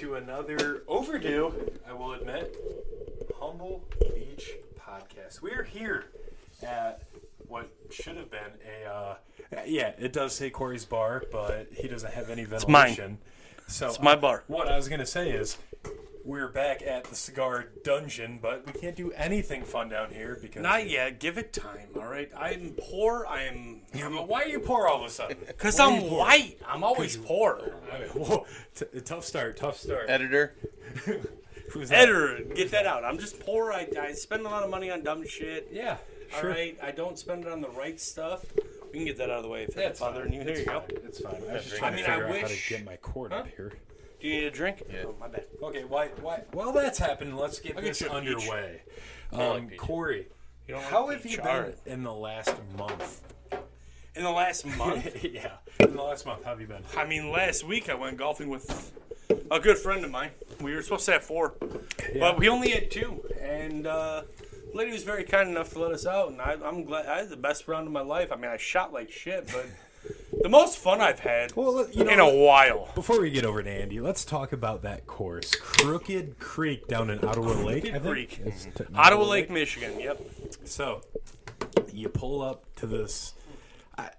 another overdue, I will admit, Humble Beach podcast. We're here at what should have been a, uh, yeah, it does say Corey's bar, but he doesn't have any mine. ventilation. So uh, It's my bar. What I was gonna say is, we're back at the cigar dungeon, but we can't do anything fun down here because Not yet. Give it time. All right. I'm poor. I'm Yeah, but why are you poor all of a sudden? because Why are I'm you poor? white. I'm always poor. I mean, whoa, t- tough start, tough start. Editor, Who's that? Editor, get that out. I'm just poor. I, I spend a lot of money on dumb shit. Yeah, All sure. right. I don't spend it on the right stuff. We can get that out of the way. If That's that's bothering fine. you, there you It's go. fine. It's fine. I was just I trying mean, to I figure out how to wish- get my cord up here. Do you need a drink? Yeah. Oh, my bad. Okay, why, why? While that's happening, let's get get this you a peach. underway. like Um, peach. Corey, You don't how like have you peach, all been right. in the last month? in the last month? yeah, in the last month, how have you been? I mean, last week I went golfing with a good friend of mine. We were supposed to have four, but we only had two. And uh, the lady was very kind enough to let us out, and I, I'm glad. I had the best round of my life. I mean, I shot like shit, but the most fun I've had Well, let- you know, in a while. Before we get over to Andy, let's talk about that course, Crooked Creek, down in Ottawa Lake. I think. Creek. It's t- Ottawa Lake, Michigan. Yep. So you pull up to this. I,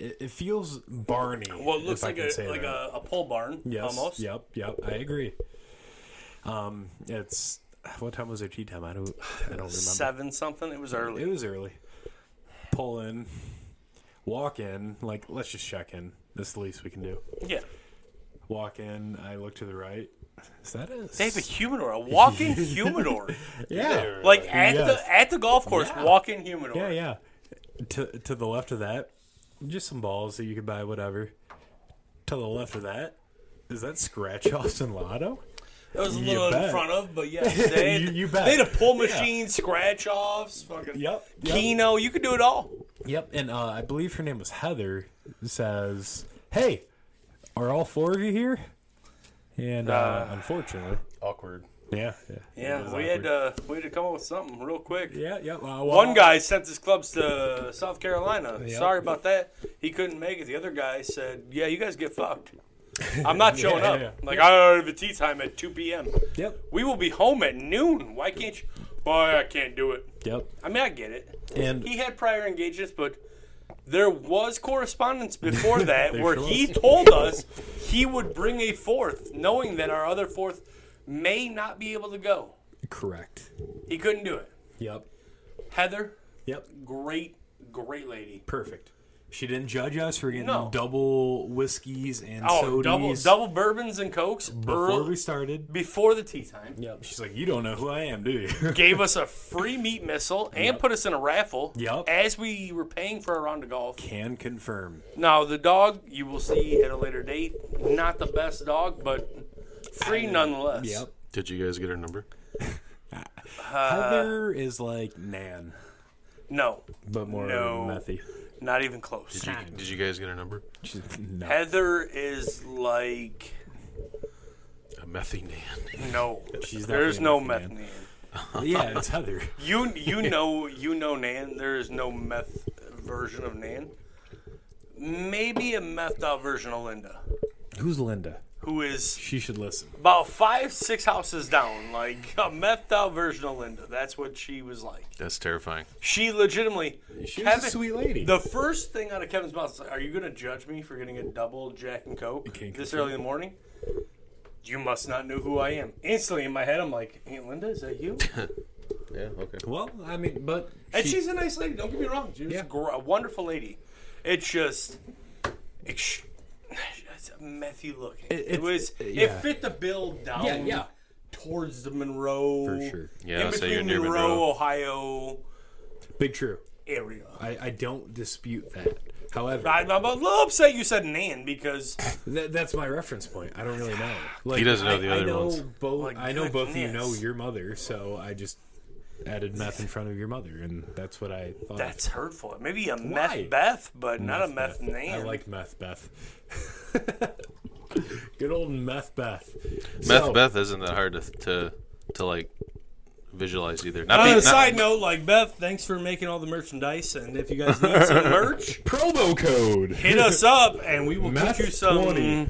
it, it feels barney. Well, it looks if I like can a say like that. a, a pole barn Yes. almost. Yep. Yep. I agree. Um, it's what time was our tea time? I don't. I don't remember. Seven something. It was early. It was early. Pull in, walk in. Like let's just check in. That's the least we can do. yeah. Walk in. I look to the right. Is that it? They have a humidor, a walk-in humidor, yeah. like at Yes. the at the golf course, Yeah. walk-in humidor. Yeah. Yeah. To to the left of that, just some balls that you could buy. Whatever. To the left of that, is that scratch offs and lotto? That was a You little in bet. front of, but yes, they had, You- you bet. they had a pull Yeah. machine, scratch offs, fucking Yep, yep. Keno. You could do it all. Yep, and uh, I believe her name was Heather. Says, "Hey, are all four of you here?" And uh, unfortunately, awkward. yeah, yeah, It Yeah, was we had awkward. uh, we had to come up with something real quick. yeah, yeah. well, One well, guy sent his clubs to South Carolina. Yep. Sorry about that. He couldn't make it. The other guy said, "Yeah, you guys get fucked. I'm not showing Yeah, up. yeah. Like I don't have a tea time at 2 p.m. Yep, We will be home at noon. Why can't you? Boy, I can't do it. yep. I mean, I get it. And he had prior engagements, but there was correspondence before that There where sure he was. told us he would bring a fourth, knowing that our other fourth may not be able to go. correct. He couldn't do it. Yep, Heather, yep. great, great lady. Perfect. She didn't judge us for getting No. double whiskeys and sodas Oh, double double bourbons and cokes before early- we started. before the tea time. Yep. She's like, "You don't know who I am, do you?" Gave us a free meat missile and put us in a raffle Yep. as we were paying for a round of golf. Can confirm. Now the dog you will see at a later date, not the best dog, but free nonetheless. Yep. Did you guys get her number? Uh, Heather is like Nan, No, but more no. methy. not even close. Did you, did you guys get her number? She's no. Heather is like A methy nan. no. She's There's no definitely meth a Nan. Yeah, it's Heather. You you know you know Nan. There is no meth version of Nan. Maybe a methed out version of Linda, Who's Linda? who is She should listen. about five six houses down, like a methed out version of Linda. That's what she was like. That's terrifying. She legitimately. She's Kevin- a sweet lady. The first thing out of Kevin's mouth is, "Are you going to judge me for getting a double Jack and Coke can't this confirm. early in the morning?" You must not know who I am. Instantly in my head, I'm like, "Aunt Linda, is that you?" Yeah. Okay. well, I mean, but And she's a nice lady. Don't get me wrong; she's Yeah. a, gr- a wonderful lady. It's just, ex- it's methy looking. It, it's- uh, was. yeah. It fit the bill down. Yeah, yeah. Towards the Monroe, For sure. Yeah, in so you're between near Monroe, Monroe. Ohio big true. area. I, I don't dispute that. However, I- I'm a little upset you said Nan because th- that's my reference point. I don't really know. Like, He doesn't know I, the other I know ones. Both, Like, I know both of you know goodness. your mother, so I just added meth in front of your mother, and that's what I thought. That's hurtful. Maybe a meth Why? Beth, but not a meth Beth. name. I like meth Beth. Good old meth Beth. Meth So- Beth isn't that hard to to, to like visualize either. Not, On be, a not Uh, side note, like Beth, thanks for making all the merchandise, and if you guys need some merch, promo code. hit us up, and we will get Meth you some 20.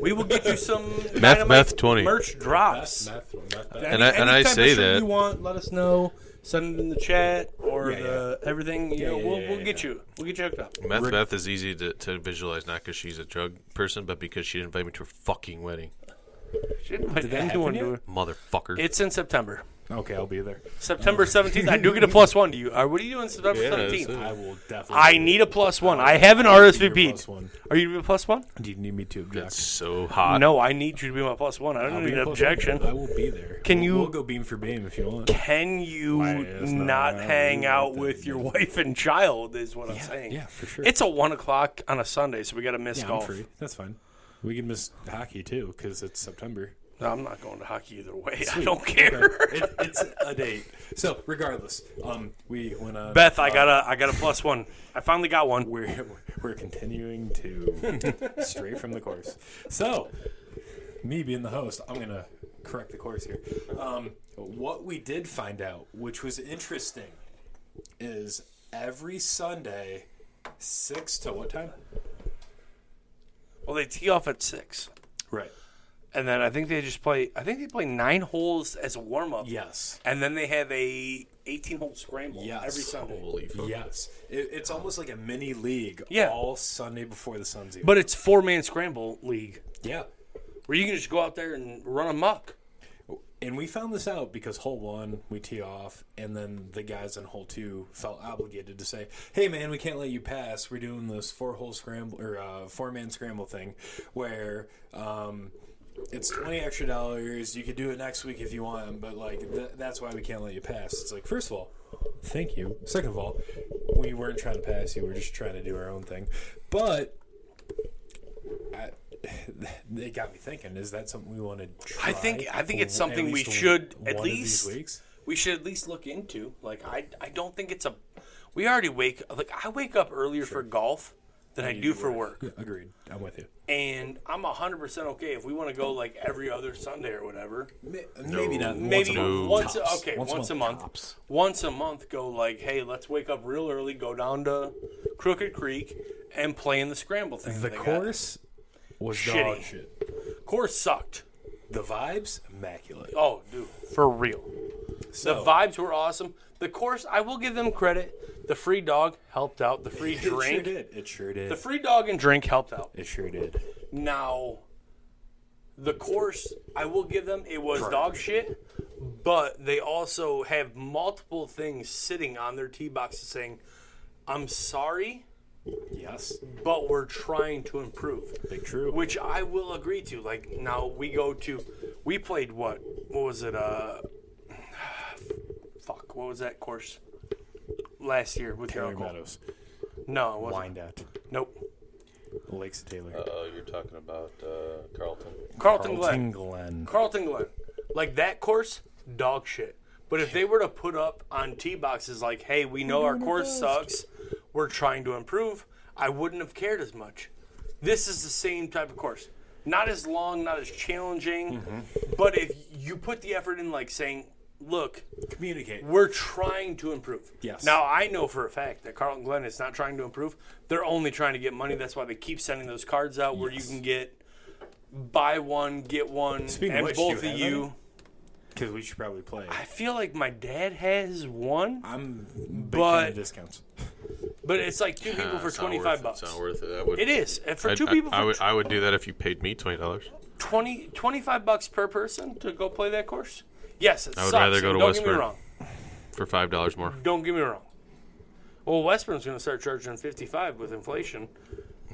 We will get you some Meth, Dynamite meth 20. merch drops. Meth, meth, meth. And I- and I Any type of say shirt that- you want, let us know. Send it in the chat or Yeah, the everything. You know, yeah, we'll, yeah, we'll yeah. get you. We'll get you hooked up. Meth Beth is easy to, to visualize, not because she's a drug person, but because she didn't invite me to her fucking wedding. She didn't invite that anyone happen to yet? her. Motherfucker. It's in September. Okay, I'll be there. September seventeenth. I do get a plus one to you. Uh, what are you doing September Yeah, that's seventeenth? it. I will definitely. I need a plus one. I have an plus RSVP. one. Are you gonna be a plus one? Do you need me to object? That's so hot. No, I need you to be my plus one. I don't I'll need be an plus objection. one. I will be there. Can We'll- you- We'll go beam for beam if you want. Can you Why, it's not not- hang we out want that, with your yeah. wife and child? Is what I'm saying. yeah, for sure. It's a one o'clock on a Sunday, so we got to miss Yeah, I'm golf. free. That's fine. We can miss hockey too because it's September. No, I'm not going to hockey either way. I don't care. It, it's a date. So regardless, um, we went on. Beth, I got a I got a plus one. I finally got one. We're we're continuing to stray from the course. So, me being the host, I'm gonna correct the course here. Um, what we did find out, which was interesting, is every Sunday, six to what time? Well, they tee off at six, Right. and then I think they just play. I think they play nine holes as a warm up. Yes. and then they have a 18 hole scramble Yes. every Sunday. Holy fuck. Yes, it, it's almost like a mini league. Yeah. all Sunday before the sun's even. But it's four man scramble league yeah, where you can just go out there and run amok. and we found this out because hole one we tee off, and then the guys in hole two felt obligated to say, "Hey man, we can't let you pass. We're doing this four hole scramble or uh, four man scramble thing, where." Um, it's twenty extra dollars. You could do it next week if you want, but like th- that's why we can't let you pass. It's like first of all, thank you. Second of all, we weren't trying to pass you. We were just trying to do our own thing. But I, it got me thinking: Is that something we want to try? I think- I think it's at something we least should one at of these least- weeks? We should at least look into. Like I, I don't think it's a. We already wake like I wake up earlier for golf than I do for work, Agreed. I'm with you. and I'm 100 percent okay if we want to go like every other Sunday or whatever. May- Maybe not. Maybe month. once, Tops. okay, once, Once a a month month. tops. Once a month, go like, hey, let's wake up real early, go down to Crooked Creek, and play in the scramble thing. The they got. course was Shitty. dog shit. course sucked. The vibes immaculate. Oh, dude, for real. So, The vibes were awesome. The course, I will give them credit. The free dog helped out. The free It sure drink, did. It sure did. the free dog and drink helped out. it sure did. Now, the course, I will give them, it was dog shit, but they also have multiple things sitting on their tee boxes saying, I'm sorry, Yes. but we're trying to improve. Big true. Which I will agree to. Like, now we go to, we played what? What was it? Uh, fuck, what was that course last year with your Taylor uncle? Meadows. No, it wasn't. Wind out. Nope. Lakes of Taylor. Uh, Oh, you're talking about uh, Carlton. Carlton Glen. Glen. Carlton Glen, like that course, dog shit. But if they were to put up on tee boxes like, "Hey, we know our course sucks. We're trying to improve," I wouldn't have cared as much. This is the same type of course. Not as long, not as challenging, but if you put the effort in, like saying, "Look, Communicate. we're trying to improve." Yes. Now I know for a fact that Carlton Glen is not trying to improve. They're only trying to get money. That's why they keep sending those cards out where you Yes. can get buy one get one, Speaking of and which, do you both have of you. any? Because we should probably play. I feel like my dad has one, I'm big But- fan of discounts. but it's like two Nah, people for it's not worth twenty five it. bucks. It's not worth it. I would, It is and for I'd- two I- people I, for would, I would do that if you paid me twenty dollars. 20, 25 bucks per person to go play that course. Yes, it I would sucks. rather go and to don't get Westburn. me wrong. for five dollars more. Don't get me wrong. Well, Westburn's going to start charging fifty five with inflation.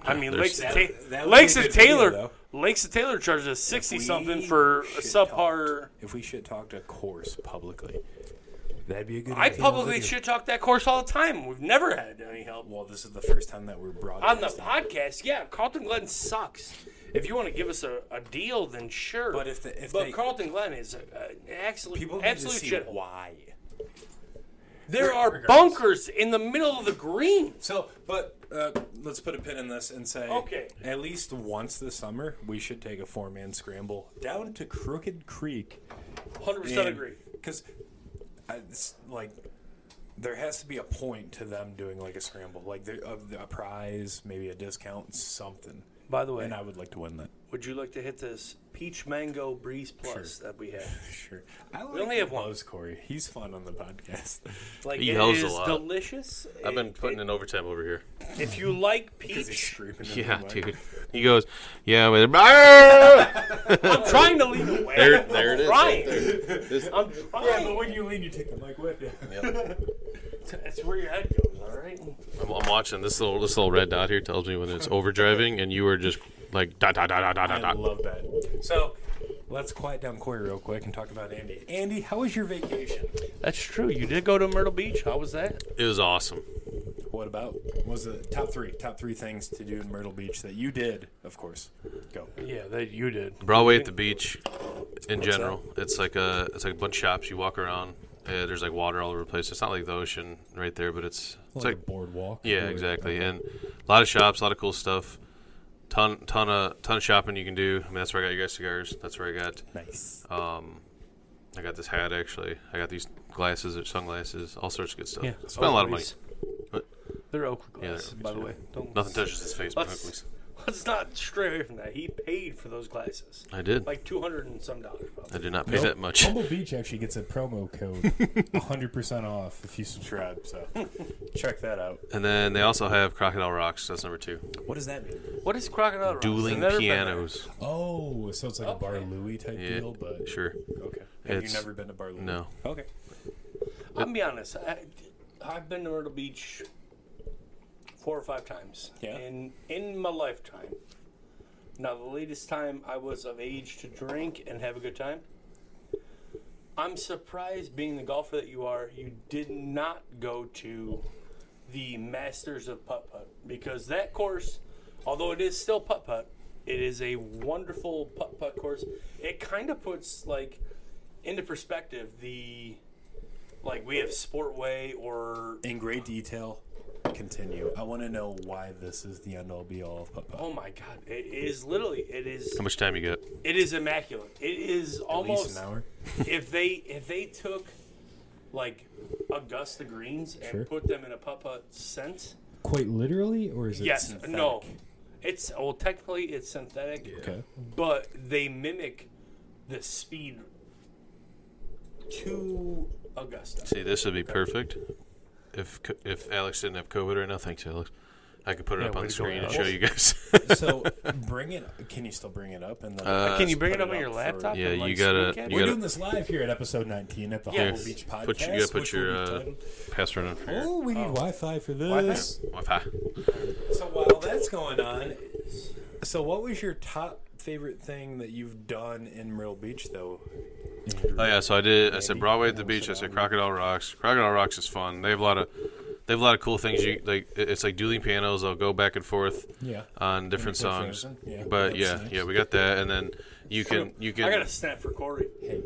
I mean, Lakes there's- of, That- Ta- that would Lakes be a of good video, Taylor, though. Lakes of Taylor charges sixty we something for a shit subpar. If we should talk to course publicly, that'd be a good. I idea. publicly shit talk that course all the time. We've never had any help. Well, this is the first time that we're brought on the podcast, yeah, Carlton Glen sucks. If you want to give us a, a deal, then sure. But if the- if but they- Carlton Glen is a, a, an absolute People need to absolute see shit. why. There are regardless. bunkers in the middle of the green. So, but uh, let's put a pin in this and say, Okay. at least once this summer, we should take a four-man scramble down to Crooked Creek. Hundred percent agree. Because, it's like. There has to be a point to them doing like a scramble, like there- a, a prize, maybe a discount, something. By the way, And I would like to win that. Would you like to hit this peach mango breeze plus that we have? Sure. I like only have one. Loves Corey. He's fun on the podcast. Like He it yells is a lot. delicious. I've been It- putting in overtime over here. if you like Because he's peach, screaming. in Yeah, the mic. dude. He goes, yeah, with there, I'm trying to lead away. there it is. Right. This- I'm Yeah, but trying. when you lean, you take the mic with you. That's where your head goes. All right. I'm, I'm watching this little this little red dot here tells me when it's overdriving, and you were just like dot dot dot dot dot I dot. dot. love that. So let's quiet down Corey real quick and talk about Andy. Andy, how was your vacation? That's true. You did go to Myrtle Beach. How was that? It was awesome. What about? What was the top three? Top three things to do in Myrtle Beach that you did, of course. Go. Yeah, that you did. Broadway at the beach, in general, it's like a it's like a bunch of shops. You walk around. Uh, there's like water all over the place. It's not like the ocean right there, but it's it's like boardwalk. yeah, exactly. And a lot of shops, a lot of cool stuff. Ton ton of ton of shopping you can do. I mean, that's where I got you guys cigars. That's where I got Oh, Nice. I got this hat actually. I got these glasses or sunglasses, all sorts of good stuff. Yeah, Spent a lot of money. What? They're Oakley Yeah, they're glasses, by the way. Don't, Nothing touches his face, but Let's- Oakley's. Let's not stray away from that. He paid for those glasses, I did. like two hundred and some dollars. probably. I did not pay that much. Humble Beach actually gets a promo code, 100% off if you subscribe. So check that out. And then they also have Crocodile Rocks. That's number two. What does that mean? What is crocodile? Ross? I've Dueling never been there. pianos. Oh, so it's like a Bar Okay. Louie type Yeah, deal, but sure. okay. Have It's- you never been to Bar Louie? No. Okay. I'll be honest. I, I've been to Myrtle Beach four or five times. Yeah. In in my lifetime. Now the latest time I was of age to drink and have a good time. I'm surprised, being the golfer that you are, you did not go to the Masters of Putt Putt because that course, although it is still putt putt, it is a wonderful putt putt course. It kind of puts like into perspective the like we have Sportway or In great detail, continue. I want to know why this is the end all be all of putt putt. oh my god, it is literally it is How much time you got? it is immaculate. It is At least almost an hour. if they if they took like Augusta greens and Sure. put them in a putt putt sense. Quite literally, or is it? Yes, synthetic? no, it's well technically it's synthetic, Okay. but they mimic the speed to Augusta. See, this would be perfect if co- if Alex didn't have COVID right now. Thanks, Alex. I could put it up on way the to go, screen and Alex. show you guys. So bring it. Can you still bring it up? And then Uh, Can you bring it put up on your for- laptop? yeah, and, like, you gotta- screen cap you We're gotta- doing this live here at episode 19 at the Yes. Humble Beach Podcast. put you, you gotta put which will your be uh, done- password in for your Oh, we need Wi-Fi for this. Wi-Fi. So while that's going on, so what was your top favorite thing that you've done in Myrtle Beach, though? Oh yeah, so I did. I said Andy? Broadway at the Yeah, beach. I so said Crocodile Rocks. Crocodile Rocks is fun. They have a lot of, they have a lot of cool things. You like, it- it's like dueling pianos. They'll go back and forth Yeah. on different play songs. Frozen. Yeah, but that's yeah, nice. yeah, we got that. And then you can you can I got a snap for Corey. Hey,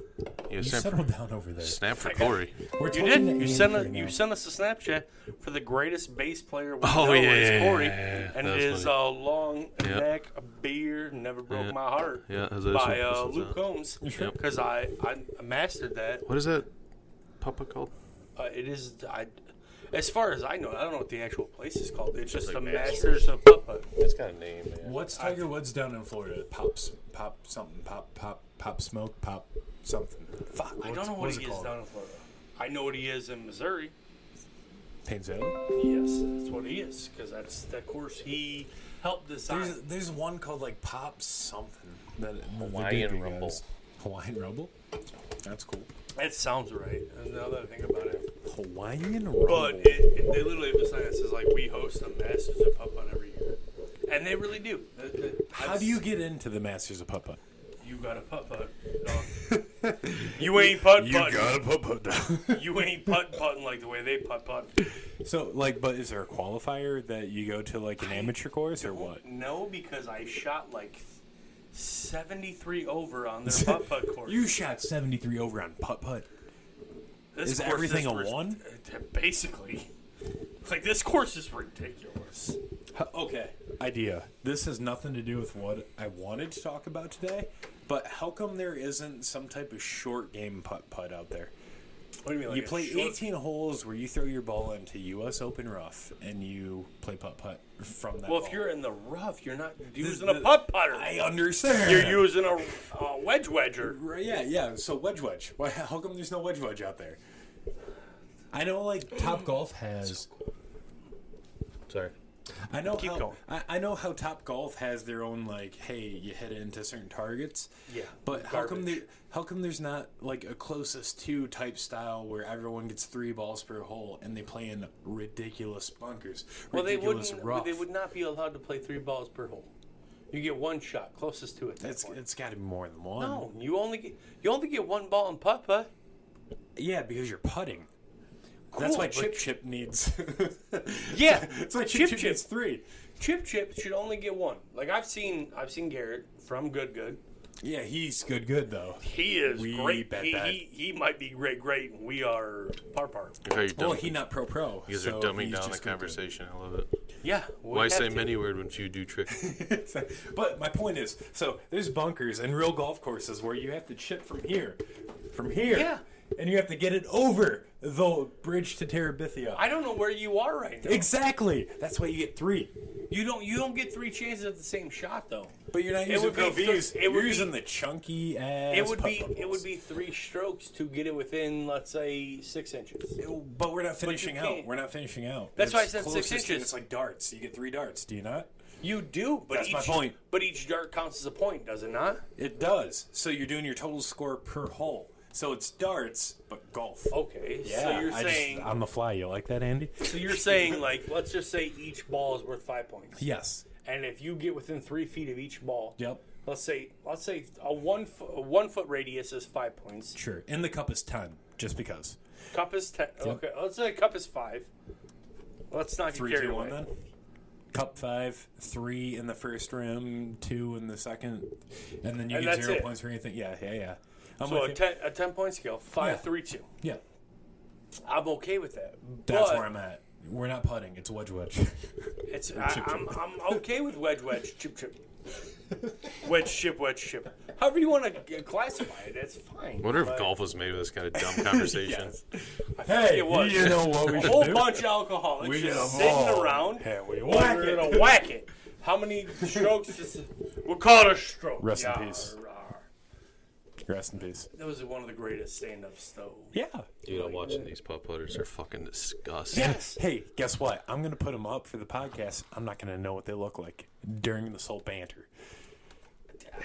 yeah, you snap, settle down over there. snap for I got- Corey. We're talking You to did. You Andy sent right a, you now. sent us a Snapchat for the greatest bass player we Oh, know yeah, is yeah, yeah, Corey, yeah, yeah. and That it was is funny. uh, long Yeah. neck, a beard, never broke Yeah. my heart. Yeah, that's- that's by what- uh, that's Luke what- Combs Yep. because I, I mastered that. What is that puppet called? Uh, it is I, as far as I know, I don't know what the actual place is called. It's just like the Masters. Masters of Papa. It's got a name. Man. What's Tiger Woods done in Florida? Pops, pop something, pop, pop, pop smoke, pop something. Fuck, I don't know what he is down in Florida. I know what he is in Missouri. Painesville. Yes, that's what he is because that's that course he helped design. There's there's one called like pop something. That the Hawaiian dude Rumble. does. Hawaiian rumble. That's cool. that sounds right. And now that I think about it. Hawaiian rumble. But it, it, they literally have to sign that says like we host a Masters of Putt Putt every year, and they really do. Uh, uh, How I've- do you get into the Masters of Putt Putt? You got a putt putt. dog. you ain't putt putt. putt putt down. You ain't putt putting like the way they putt putt. so like, but is there a qualifier that you go to like an amateur course or what? No, because I shot like seventy three over on their putt putt course. You shot 73 over on putt putt. This is course everything a rid- one? uh, Basically, like this course is ridiculous. Okay. Idea. This has nothing to do with what I wanted to talk about today, but how come there isn't some type of short game putt putt out there? What do you mean? Like you a play short- 18 holes where you throw your ball into U.S. Open rough and you play putt putt from that. Well, ball. if you're in the rough, you're not using the- a putt putter. I understand. You're using a, a wedge wedger. Right, yeah, yeah. So wedge wedge. Why, how come there's no wedge wedge out there? I know, like Top Golf has. Sorry. I know Keep how going. I, I know how Top Golf has their own like, hey, you hit it into certain targets. Yeah, But how come garbage. there? How come there's not like a closest two type style where everyone gets three balls per hole and they play in ridiculous bunkers? Well, they ridiculous wouldn't. rough. They would not be allowed to play three balls per hole. You get one shot closest to it. It's, That's point. it's got to be more than one. no. You only get you only get one ball in putt putt. Yeah, because you're putting. That's Cool, why but- Chip Chip needs. Yeah, That's why Chip Chip Chip Chip. needs three. Chip chip should only get one. Like I've seen I've seen Garrett from Good Good. Yeah, he's good, good though. He is We great. bet He, that. he he might be great great. and We are par par. How you Well, dumbing- Oh, he not pro pro. you guys are dumbing down the conversation. I love it. Yeah. we Why have say to. many word when few do trick? but my point is, so there's bunkers and real golf courses where you have to chip from here, from here, Yeah. and you have to get it over the bridge to Terabithia. I don't know where you are right now. exactly. That's why you get three. You don't you don't get three chances at the same shot though. But you're not It using would be pro thir- Vs. it You're would be- using the chunky ass. It would putt be putt it balls. would be three strokes to get it within let's say six inches. But we're not finishing out. can't. We're not finishing out. That's why I It's said six closest to- inches. It's like darts. You get three darts. Do you not? You do, but That's each, my point. But each dart counts as a point, does it not? It does. So you're doing your total score per hole. So it's darts, but golf. Okay. so you're saying on the fly. You like that, Andy? so you're saying like let's just say each ball is worth five points, Yes. and if you get within three feet of each ball, Yep. Let's say let's say a one foot, a one foot radius is five points. Sure. And the cup is ten, just because. Cup is ten. Okay, let's say cup is five. Let's not Three, get carried two, away. one. Then. Cup five, three in the first rim, two in the second, and then you And get that's zero it. points for anything. Yeah, yeah, yeah. I'm So with a you. ten, a ten point scale, Yeah. five three two. yeah, I'm okay with that. that's but where I'm at. We're not putting. It's wedge wedge. It's I, I'm I'm okay with wedge wedge chip chip. Wedge chip wedge chip. However you want to classify it, that's fine. I wonder if but golf was made with this kind of dumb conversation. hey, it was. you know what we A should whole do? bunch of alcoholics We get just them sitting all. around. Yeah, we and whack we're it. gonna whack it. How many strokes? Is, we'll call it a stroke. Rest in Yar, peace. yar. Rest in peace. That was one of the greatest stand-ups, though. Yeah. Dude, I'm watching these putt putters. They're fucking disgusting. Yes. Hey, guess what? I'm gonna put them up for the podcast. I'm not gonna know what they look like during this whole banter.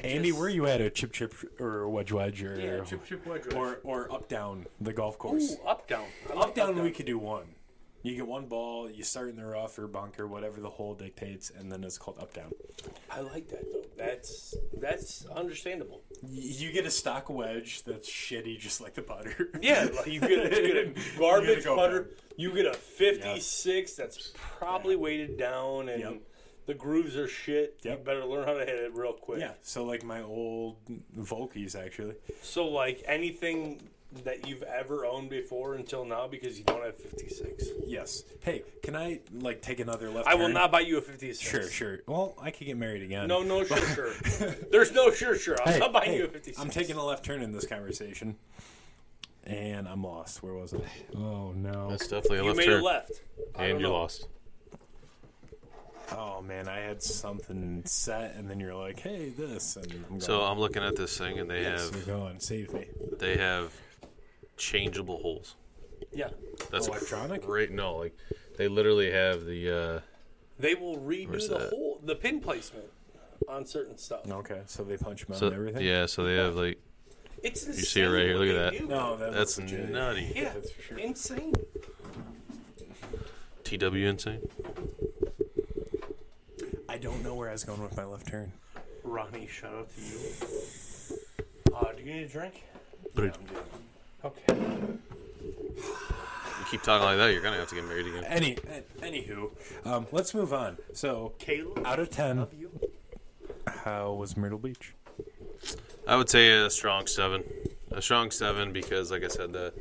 Andy, where you at? A chip chip or wedge wedge or Yeah, chip chip wedge. or or up down the golf course? Ooh, up down. I like up down, we could do one. You get one ball. You start in the rough or bunker, whatever the hole dictates, and then it's called up down. I like that though. That's that's understandable. Y- You get a stock wedge that's shitty, just like the putter. Yeah, like you, get a, you get a garbage You gotta go putter. down. You get a 56 that's probably weighted down and Yep. the grooves are shit. You Yep. better learn how to hit it real quick. Yeah, so like my old Volkies actually. So, like anything that you've ever owned before until now because you don't have 56. Yes. Hey, can I like take another left? I will turn? not buy you a 56. Sure, sure. Well, I could get married again. No, no, sure, sure. There's no sure, sure. I'm Hey, not buying hey, you a 56. I'm taking a left turn in this conversation, and I'm lost. Where was I? Oh no! That's definitely a You left made turn. a left. I And don't you know. lost. Oh man, I had something set, and then you're like, "Hey, this," and I'm going. So I'm looking at this thing, and they yes, have you're going. Save me. they have changeable holes. Yeah. That's Electronic? Great. No, like they literally have the. uh They will redo Where's the that? whole the pin placement on certain stuff. Okay, so they punch him out so- and everything. yeah, so they have like It's insane. see it right here, what look at they that. do. No, that that's was legit. nutty. Yeah, That's for sure. insane. TW insane. I don't know where I was going with my left turn. Ronnie, shout out to you. Uh, do you need a drink? But Okay. you keep talking like that, you're gonna have to get married again. Any, anywho, um, let's move on. So, Caleb, out of ten, love you. how was Myrtle Beach? I would say a strong seven, a strong seven because, like I said, the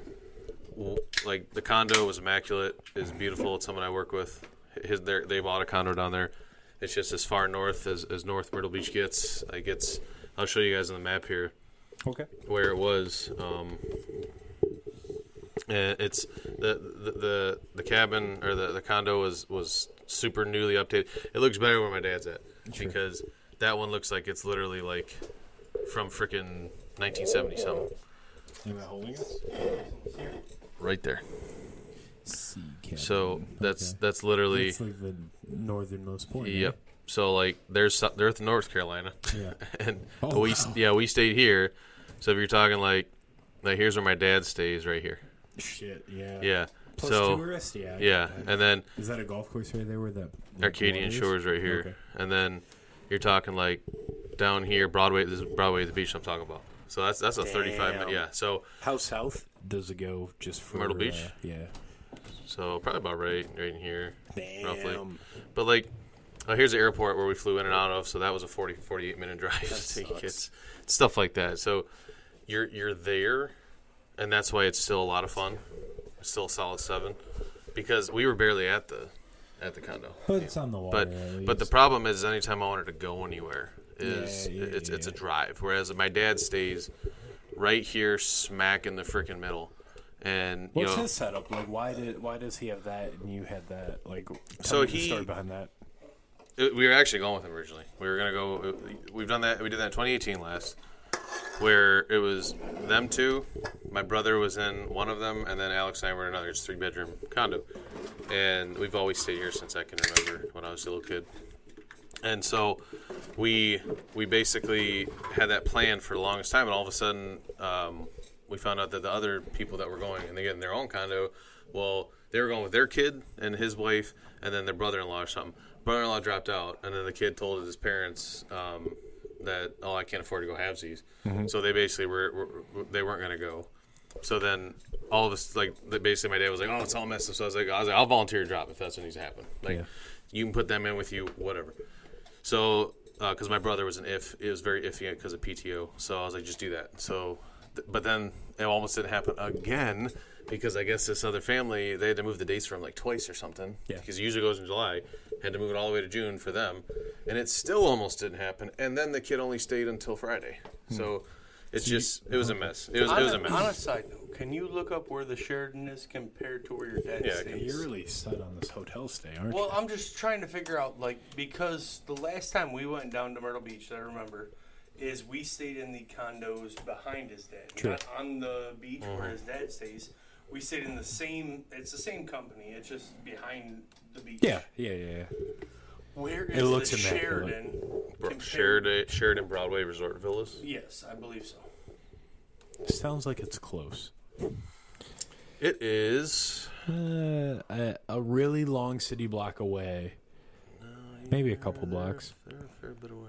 like the condo was immaculate. It's beautiful. It's someone I work with. His their- they bought a condo down there. It's just as far north as, as North Myrtle Beach gets. Like it's, I'll show you guys on the map here Okay. where it was. Um, Uh, it's the, the the the cabin or the, the condo was was super newly updated. It looks better where my dad's at because that one looks like it's literally like from freaking 1970 something. Am I holding this? Right there. Sea cabin. So that's Mm-hmm. Okay. that's literally It's like the northernmost point. right? yep. So like there's so- there's North Carolina, Yeah. and Oh, we wow. yeah we stayed here. So if you're talking like like here's where my dad stays right here. Shit, yeah. Yeah. Plus so tourist, yeah. I yeah, get that. and then Is that a golf course right there where that like, Arcadian water is? Shores right here, Okay. and then you're talking like down here Broadway. This is Broadway the beach I'm talking about. So that's that's a 35 minute Damn. yeah. So How south? Does it go just for Myrtle Beach? uh, yeah. so probably about right right in here. Damn. Roughly. But like, uh, here's the airport where we flew in and out of, so that was a 40, 48 minute drive. to take sucks. kids. Stuff like that. So you're you're there, and that's why it's still a lot of fun. It's still a solid seven because we were barely at the at the condo. But it's on the water. But at but the least. problem is, anytime I wanted to go anywhere, is Yeah, yeah, it's it's a yeah. drive. Whereas my dad stays right here, smack in the freaking middle. And What's you know, his setup like? Why did why does he have that and you had that? Like, tell So me the he- story behind that. It- we were actually going with him originally. We were gonna go. uh, We've done that. We did that in 2018 last, where it was them two. My brother was in one of them, and then Alex and I were in another. It's a three bedroom condo, and we've always stayed here since I can remember when I was a little kid. And so we we basically had that plan for the longest time, and all of a sudden um, we found out that the other people that were going and they get in their own condo, well, they were going with their kid and his wife, and then their brother-in-law or something. Brother-in-law dropped out, and then the kid told his parents um, that oh, I can't afford to go halvesies, so they basically were, were they weren't going to go. So then all of us, like, the, basically my dad was like, oh, it's all messed up. So I was like, I was like I'll volunteer to drop if that's what needs to happen. Like, you can put them in with you, whatever. So, because my brother was an if, it was very iffy because of PTO. So I was like, just do that. So, th- but then it almost didn't happen again because I guess this other family, they had to move the dates from like twice or something. Yeah. Because it usually goes in July, had to move it all the way to June for them. And it still almost didn't happen. And then the kid only stayed until Friday. Hmm. So it's just, it was a mess. It was, it was a on, mess. a, on a side note, can you look up where the Sheridan is compared to where your dad Yeah, I stays? can- You're really set on this hotel stay, aren't Well, I'm just trying to figure out, like, because the last time we went down to Myrtle Beach, that I remember, is we stayed in the condos behind his dad, not on the beach where his dad stays. We stayed in the same. It's the same company. It's just behind the beach. you? Yeah, yeah, yeah. yeah. Where is looks the immaculate. Sheridan? Bro- compared- Sheridan, Sheridan Broadway Resort Villas. Yes, I believe so. Sounds like it's close. It is. Uh, a, a really long city block away. Maybe a couple blocks. They're a fair bit away.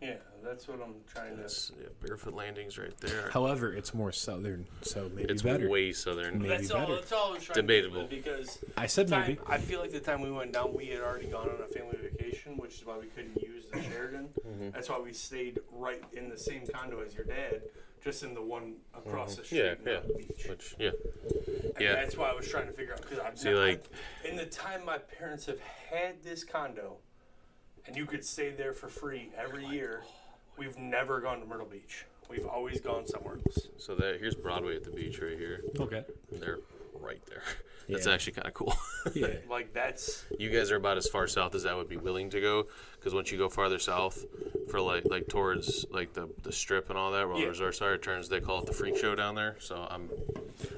Yeah, that's what I'm trying to. That's yeah, Barefoot Landing's right there. However, it's more southern, so maybe it's better. way southern. Maybe That's all. better. That's all I was trying Debatable. to do because I said time, maybe. I feel like the time we went down, we had already gone on a family vacation, which is why we couldn't use the Sheridan. Mm-hmm. That's why we stayed right in the same condo as your dad, just in the one across the street Yeah, from Mm-hmm. yeah. the beach. Which yeah, And yeah. that's why I was trying to figure out because I'm See, not, like- in the time my parents have had this condo, and you could stay there for free every "Oh, year. We've never gone to Myrtle Beach. We've always gone somewhere else. So that here's Broadway at the beach right here. Okay. They're right there. That's Yeah. actually kind of cool. Yeah. Like that's you guys are about as far south as I would be willing to go, because once you go farther south, for like like towards like the, the strip and all that, where all Yeah. the resorts are, it turns they call it the freak show down there. So I'm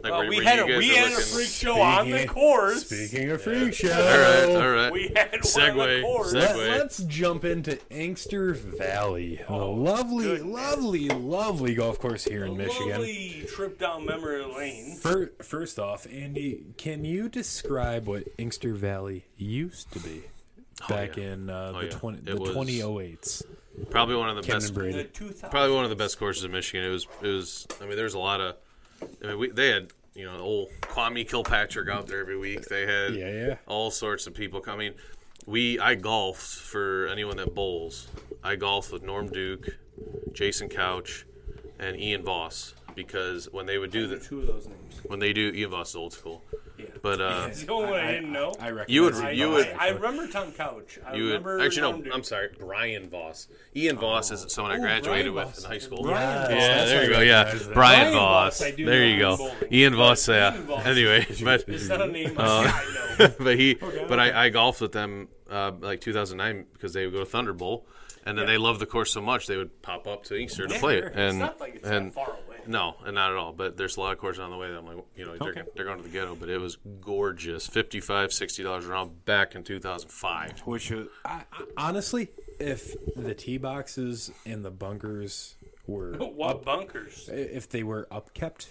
like, Well, where- we where had you a guys we are had a looking- freak show on the Speaking- course. Speaking of freak show. All right, all right. We had one on the Segway, course. segway. Let, let's jump into Angster Valley, a Oh, lovely, lovely, lovely golf course here in Michigan. Lovely trip down memory lane. Fir- First off, Andy, can you describe what Inkster Valley used to be back yeah. in uh, Oh, the, yeah. 20, It the was- 2008s? Probably one of the Ken best and Brady. The 2000. probably one of the best courses in Michigan. It was it was. I mean, there's a lot of. I mean, we, they had you know old Kwame Kilpatrick out there every week. They had Yeah, yeah. all sorts of people coming. We I golfed for anyone that bowls. I golfed with Norm Duke, Jason Couch, and Ian Voss because when they would do the two of those names. when they do Ian Voss is old school. Yeah. But uh, It's the only one I, I- didn't know. I recognize You would- him. you I- would- I, remember Tom Couch. I you remember would actually Roundu. no. I'm sorry, Brian Voss. Ian Voss is someone I Oh, graduated Brian with Voss. in high school. Brian Yeah, Voss. Yeah, that's there you how go. I Yeah, recognize that. Brian, Brian Voss. Voss, I do there know you go. him bowling. Ian Voss. Yeah. Ian Voss. Anyway, but It's not a Uh, name I, I know. but he, Okay, but I, I golfed with them uh, like 2009 because they would go to Thunder Bowl, and then they loved the course so much they would pop up to Inkster to play it. It's And not like it's and that far away. no, and not at all. But there's a lot of courses on the way that I'm like, you know, they're, Okay. they're going to the ghetto. But it was gorgeous, 55 60 dollars round back in 2005. Which was, I, I, honestly, if the tee boxes and the bunkers were Oh. What bunkers? if they were upkept,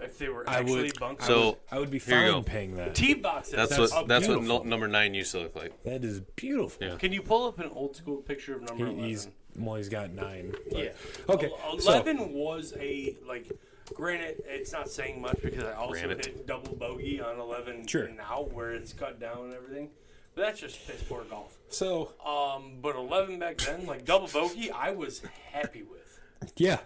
If they were I actually would- bunkers. So I would be Here you fine go. paying that. tee boxes. that's That's what that's what beautiful. no, number nine used to look like. That is beautiful. Yeah. Can you pull up an old school picture of number He, he's 11? well, he's got nine. Yeah. Okay, Ele- so- Eleven was a like. Granted, it's not saying much because I also Granted. hit double bogey on eleven Sure. now, where it's cut down and everything. But that's just piss poor golf. So Um, but eleven back then, like double bogey, I was happy with. yeah,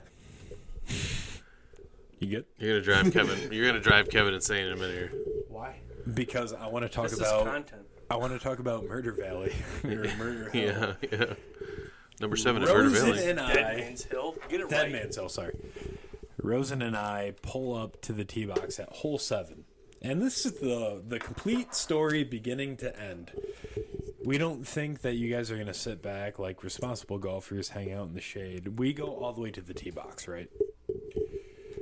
you good? You're gonna drive Kevin. You're gonna drive Kevin insane in a minute here. Why? Because I want to talk This about is content. I want to talk about Murder Valley or Murder Hill. Yeah, yeah. Number seven in Murder Rosen Valley. and Dead I, man's hill. Get it Dead right. Man's Hill, sorry. Rosen and I pull up to the tee box at hole seven, and this is the the complete story, beginning to end. We don't think that you guys are gonna sit back like responsible golfers, hang out in the shade. We go all the way to the tee box, right?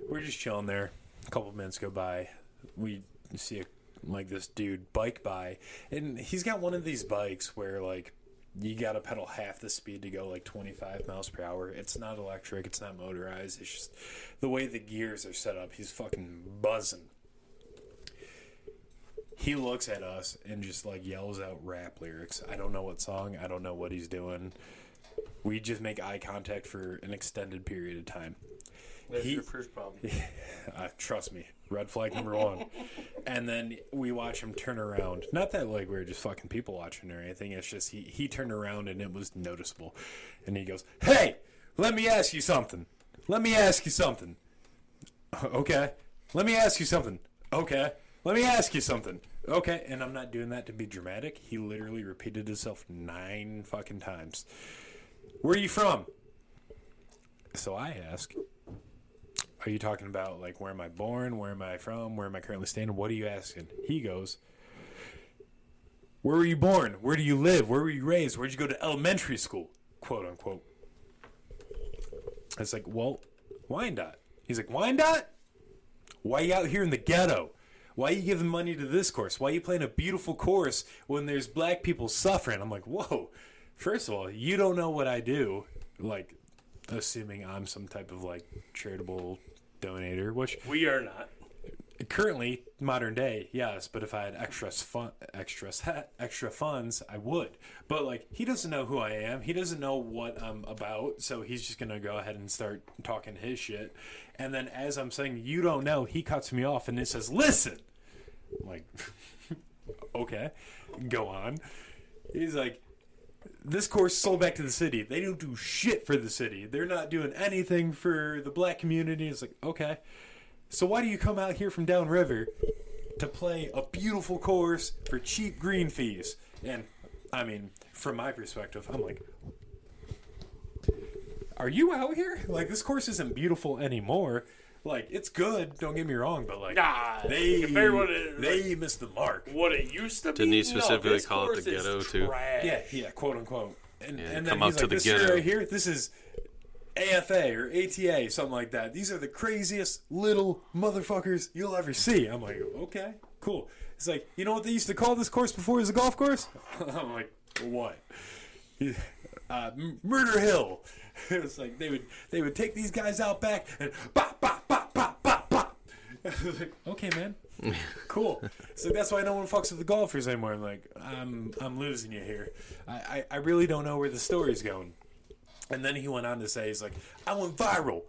We're just chilling there. A couple minutes go by. We see a, like this dude bike by, and he's got one of these bikes where like you got to pedal half the speed to go like 25 miles per hour. It's not electric. It's not motorized. It's just the way the gears are set up. He's fucking buzzing. He looks at us and just like yells out rap lyrics. I don't know what song. I don't know what he's doing. We just make eye contact for an extended period of time. That's He- your first problem. Uh, trust me, red flag number one. and then we watch him turn around. Not that like we are just fucking people watching or anything. It's just he he turned around and it was noticeable. And he goes, "Hey, let me ask you something. Let me ask you something. Okay. Let me ask you something. Okay. Let me ask you something. Okay. And I'm not doing that to be dramatic. He literally repeated himself nine fucking times. Where are you from? So I ask, are you talking about like where am I born? Where am I from? Where am I currently staying? What are you asking? He goes, Where were you born? Where do you live? Where were you raised? Where'd you go to elementary school? Quote unquote. It's like, Well, Wyandotte. He's like, Wyandotte? Why you out here in the ghetto? Why you giving money to this course? Why you playing a beautiful course when there's black people suffering? I'm like, Whoa, first of all, you don't know what I do. Like, assuming I'm some type of like charitable donator, which We are not. currently modern day yes but if i had extra fun extra extra funds i would but like he doesn't know who i am he doesn't know what i'm about so he's just gonna go ahead and start talking his shit and then as i'm saying you don't know he cuts me off and it says listen I'm like okay go on he's like this course is sold back to the city. They don't do shit for the city. They're not doing anything for the black community. It's like, okay. So why do you come out here from downriver to play a beautiful course for cheap green fees? And I mean, from my perspective, I'm like, are you out here? Like this course isn't beautiful anymore. Like it's good, don't get me wrong, but like Nah, they compared with it- they missed the mark. What it used to be. Didn't he specifically no, this call it course the is ghetto, too? trash. Yeah, yeah, quote unquote. And, and then come he's out to like, the this area ghetto." right here, this is AFA or ATA, something like that. These are the craziest little motherfuckers you'll ever see. I'm like, okay, cool. It's like, you know what they used to call this course before it was a golf course? I'm like, what? Uh, M- Murder Hill. It was like they would they would take these guys out back and bop bop bop bop bop bop. I was like, okay, man, cool. So that's why no one fucks with the golfers anymore. I'm like, I'm I'm losing you here. I, I, I really don't know where the story's going. And then he went on to say, he's like, I went viral.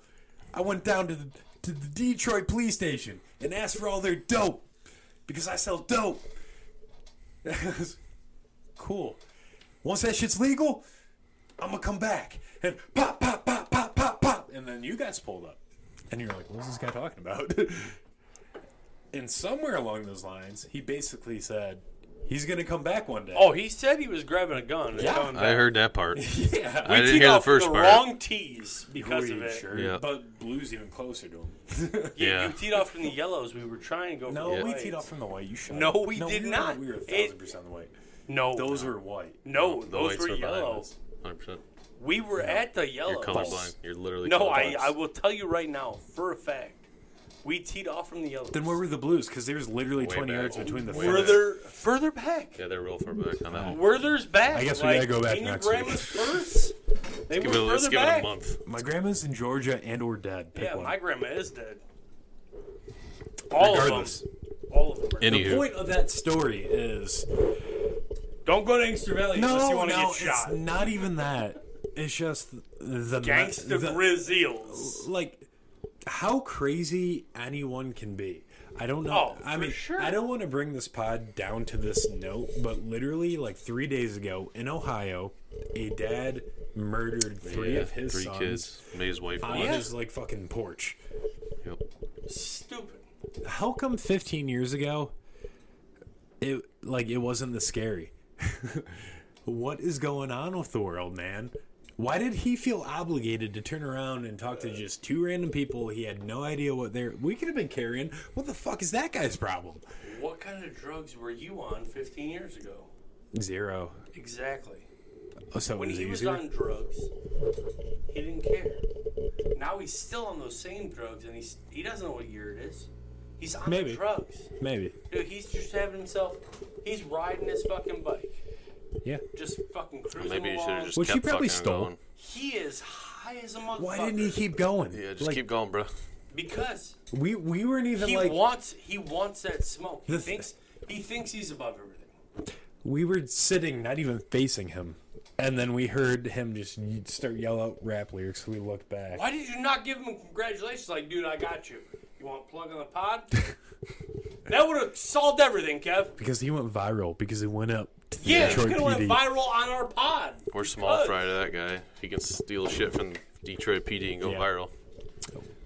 I went down to the to the Detroit police station and asked for all their dope because I sell dope. cool. Once that shit's legal, I'm gonna come back and pop, pop, pop, pop, pop, pop, and then you guys pulled up, and you're like, "What's this guy talking about?" And somewhere along those lines, he basically said he's going to come back one day. Oh, he said he was grabbing a gun. and Yeah. coming I back. heard that part. yeah. I didn't Teed hear the off first the part. wrong tees because of Weird it. shirt. Yeah. But blue's even closer to him. You, Yeah. you teed off from the yellows. We were trying to go. No, for the we whites. teed off from the white. You shut No, up. we no, did were- not. We were a It- thousand percent white. No, Those were white. no, The those lights were were behind yellow. us. 100%. We were at the You're yellows. colorblind. You're literally No, I, colorblind. I will tell you right now for a fact, we teed off from the yellows. Then where were the blues? Because there's literally Way 20 back. yards between the Way fence. further further back? Yeah, they're real far back on that one. Werther's back. I guess we gotta like, go back in your next week. grandma's purse. They Give were it, let's further give it back. a month. My grandma's in Georgia and or dead. Pick Yeah, one. my grandma is dead. All Regardless. of them. All of them. Are dead. Anywho. Point of that story is Don't go to Inkster Valley unless you want to get shot. It's not even that. It's just the Gangsta the- Grizzlies. like how crazy anyone can be. I don't know. Oh, I for mean, sure. I don't want to bring this pod down to this note, but literally, like three days ago in Ohio, a dad murdered three yeah, of his three sons kids. Made his wife. on one. his like fucking porch. Yep. Oh. Stupid. How come 15 years ago, it like it wasn't the scary? what is going on with the world, man? Why did he feel obligated to turn around and talk to just two random people? He had no idea what they're. We could have been carrying. What the fuck is that guy's problem? What kind of drugs were you on 15 years ago? Zero. Exactly. Oh, so When was he it was easier? on drugs, he didn't care. Now he's still on those same drugs, and he's he doesn't know what year it is. He's on the Maybe. drugs. Maybe. Dude, he's just having himself. He's riding his fucking bike, Yeah. just fucking cruising Maybe you should along. have just Which he kept probably fucking stole. going. He is high as a motherfucker. Why didn't he keep going? Yeah, just like, keep going, bro. Because We we weren't even he like wants he wants that smoke. He The th- thinks he thinks he's above everything. we were sitting, not even facing him, and then we heard him just start yell out rap lyrics. So we looked back. Why did you not give him congratulations? Like, dude, I got you. You want plug on the pod? that would have solved everything, Kev. Because he went viral because it went up to the Yeah, it's Detroit gonna went PD. viral on our pod. We're small fry to that guy. He can steal shit from Detroit PD and go Yeah. viral.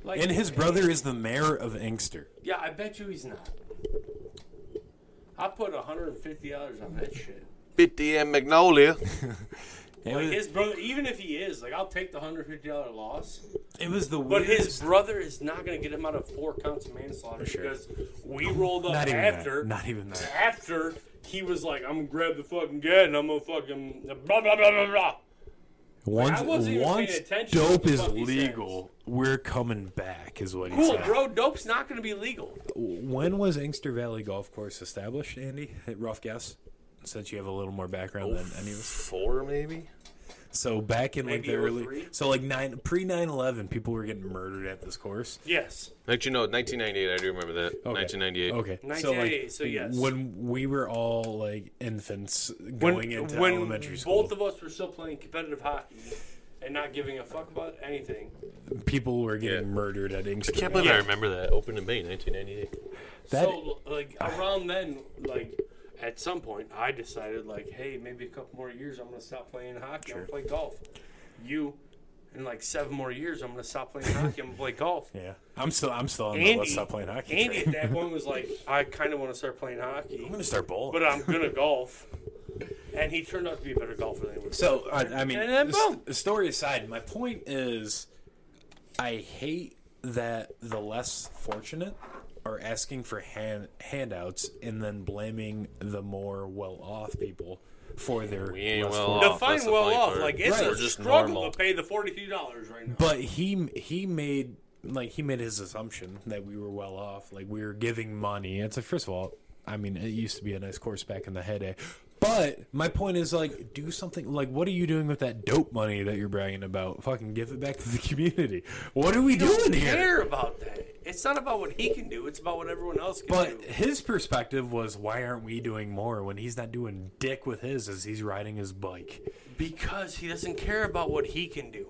Like, and his brother is the mayor of Inkster. yeah, I bet you he's not. I put hundred and fifty dollars on that shit. Bitty and Magnolia. It Like was, his brother, even if he is, like I'll take the hundred fifty dollar loss. it was the But weirdest. his brother is not gonna get him out of four counts of manslaughter sure. because we rolled up not even after. that. Not even that. after he was like, I'm gonna grab the fucking gun and I'm gonna fucking blah blah blah blah blah. I Once, wasn't even once paying attention to what dope the is fuck he legal, we're coming back, is what he Cool, said. bro. Dope's not gonna be legal. When was Inkster Valley Golf Course established, Andy? Rough guess, since you have a little more background than any of us. Four, maybe? So back in like Maybe the early, 03? so like nine pre 9-11, people were getting murdered at this course. Yes. Actually, no, 1998. I do remember that. 1998. Okay. So, 1998, like, so yes. When we were all like infants going into elementary school, both of us were still playing competitive hockey and not giving a fuck about anything. people were getting Yeah. murdered at Inkster. Can't believe I remember that. Open in May, 1998. That- so like around then, like at some point, I decided like, hey, maybe a couple more years, I'm gonna stop playing hockey. I'm gonna play golf. You, in like seven more years, I'm gonna stop playing hockey. I'm gonna play golf. yeah. I'm still I'm still on the Andy- let's stop playing hockey. Andy train. at that point was like, I kind of want to start playing hockey, I'm gonna start bowling. but uh, I'm gonna golf. And he turned out to be a better golfer than he was. So I, I mean, And then s- boom. story aside, my point is, I hate that the less fortunate are asking for hand, handouts and then blaming the more well-off people for their We ain't less well fortunate. off. that's Define the well funny off, part. like it's Right. a We're just struggle normal. to pay the forty two dollars right now. But he he made like he made his assumption that we were well off, like we were giving money. It's like first of all, I mean, it used to be a nice course back in the heyday. But my point is like, do something. Like, what are you doing with that dope money that you're bragging about? Fucking give it back to the community. What are we doing don't here? care about that. It's not about what he can do. It's about what everyone else can But do. his perspective was, why aren't we doing more when he's not doing dick with his as he's riding his bike? Because he doesn't care about what he can do.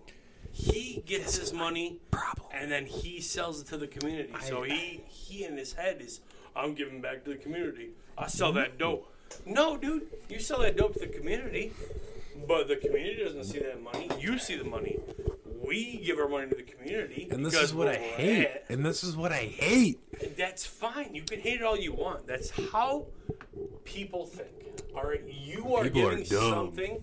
He gets his money Problem. and then he sells it to the community. so he he in his head is I'm giving back to the community. I Mm-hmm. sell that dope. No, dude, you sell that dope to the community, but the community doesn't see that money. You see the money. we give our money to the community. And this because is what I where we're hate. at. And this is what I hate. That's fine. You can hate it all you want. That's how people think. All right, you are People are giving dumb. something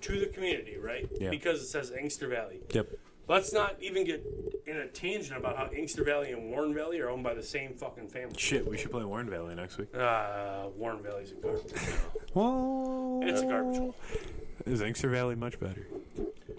to the community, right? Yeah. Because it says Angster Valley. Yep. Let's not even get in a tangent about how Angster Valley and Warren Valley are owned by the same fucking family. Shit, we should play Warren Valley next week. Uh, Warren Valley's a garbage. Well, It's a garbage hole. Is Inkster Valley much better?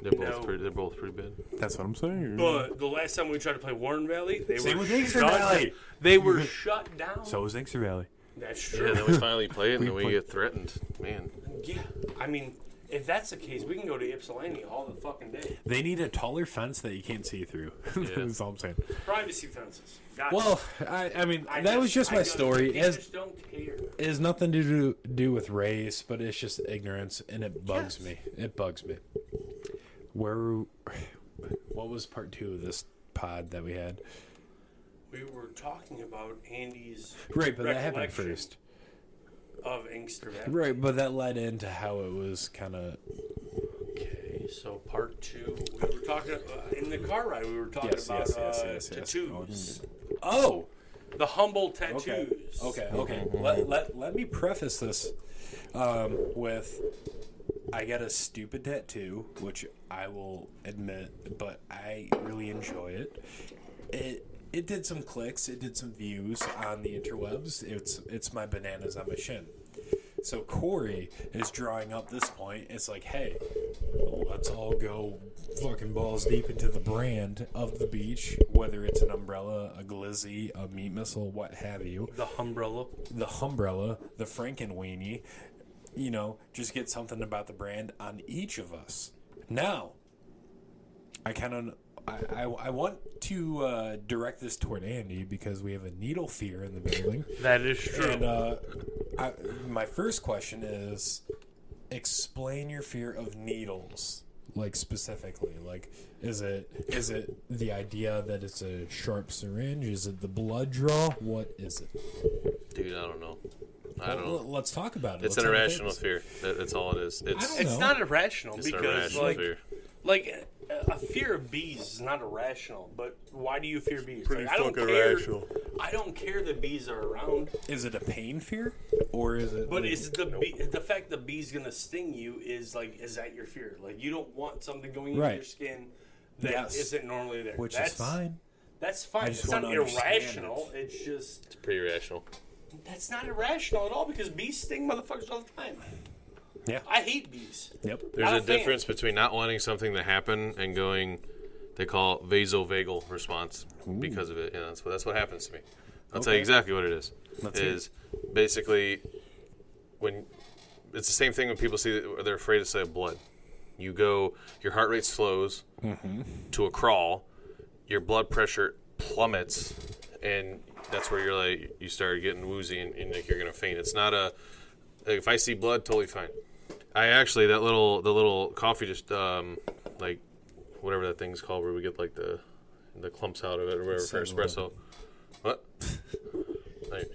They're both No. pretty. They're both pretty bad. That's what I'm saying. But the last time we tried to play Warren Valley, they Same were with Inkster shut- Valley. They were shut down. so is Inkster Valley. That's Yeah, true. then we finally play it, and then we play- get threatened. Man, Yeah, I mean, if that's the case, we can go to Ypsilanti all the fucking day. They need a taller fence that you can't see through. That's all I'm saying. Privacy fences. Gotcha. Well, I, I mean, I that was just I my just- story. I It has, just don't care. it has nothing to do, do with race, but it's just ignorance, and it bugs Yes. me. It bugs me. Where, what was part two of this pod that we had? We were talking about Andy's Right, but that happened recollection first. of Inkster Right, but that led into how it was kind of Okay, so part two. We were talking uh, in the car ride. We were talking Yes, about yes, yes, uh, yes, yes. tattoos, oh the humble tattoos. okay okay okay let, let, let me preface this um, with I got a stupid tattoo which I will admit but I really enjoy it it it did some clicks it did some views on the interwebs it's it's my bananas on my shin so Corey is drawing up this point it's like hey let's all go fucking balls deep into the brand of the beach, whether it's an umbrella, a glizzy, a meat missile, what have you. The umbrella. The umbrella, the Frankenweenie, you know, just get something about the brand on each of us. Now, I kind of. I, I, I want to uh, direct this toward Andy because we have a needle fear in the building. That is true. And uh, I, my first question is, explain your fear of needles, like specifically. Like, is it is it the idea that it's a sharp syringe? Is it the blood draw? What is it? dude, I don't know. I don't Well, know. let's talk about it. Let's It's an have a irrational focus. fear. That, that's all it is. It's, don't it's know. not irrational it's an because irrational like fear. like a, a fear of bees is not irrational. But why do you fear bees? pretty Like, I don't fucking care. irrational. I don't care that bees are around. Is it a pain fear, or is it? But like- is the bee, the fact the bee's gonna sting you is like is that your fear? Like you don't want something going into your Right. skin that Yes. not normally there. which that's, is fine? That's fine. just It's not wanna understand irrational. It's just It's pretty irrational. that's not irrational at all because bees sting motherfuckers all the time. Yeah. I hate bees. Yep. There's I'm a a fan. difference between not wanting something to happen and going, they call it vasovagal response because of it. And that's what, that's what happens to me. I'll tell you exactly what it is. Let's hear it. is basically when it's the same thing when people see that they're afraid to say blood. You go, your heart rate slows to a crawl, your blood pressure plummets, and that's where you're like you start getting woozy and, and like you're gonna faint. It's not a like, if I see blood, totally fine. I actually that little the little coffee just um like whatever that thing's called where we get like the the clumps out of it or whatever for Seven Eleven. espresso. What? Like,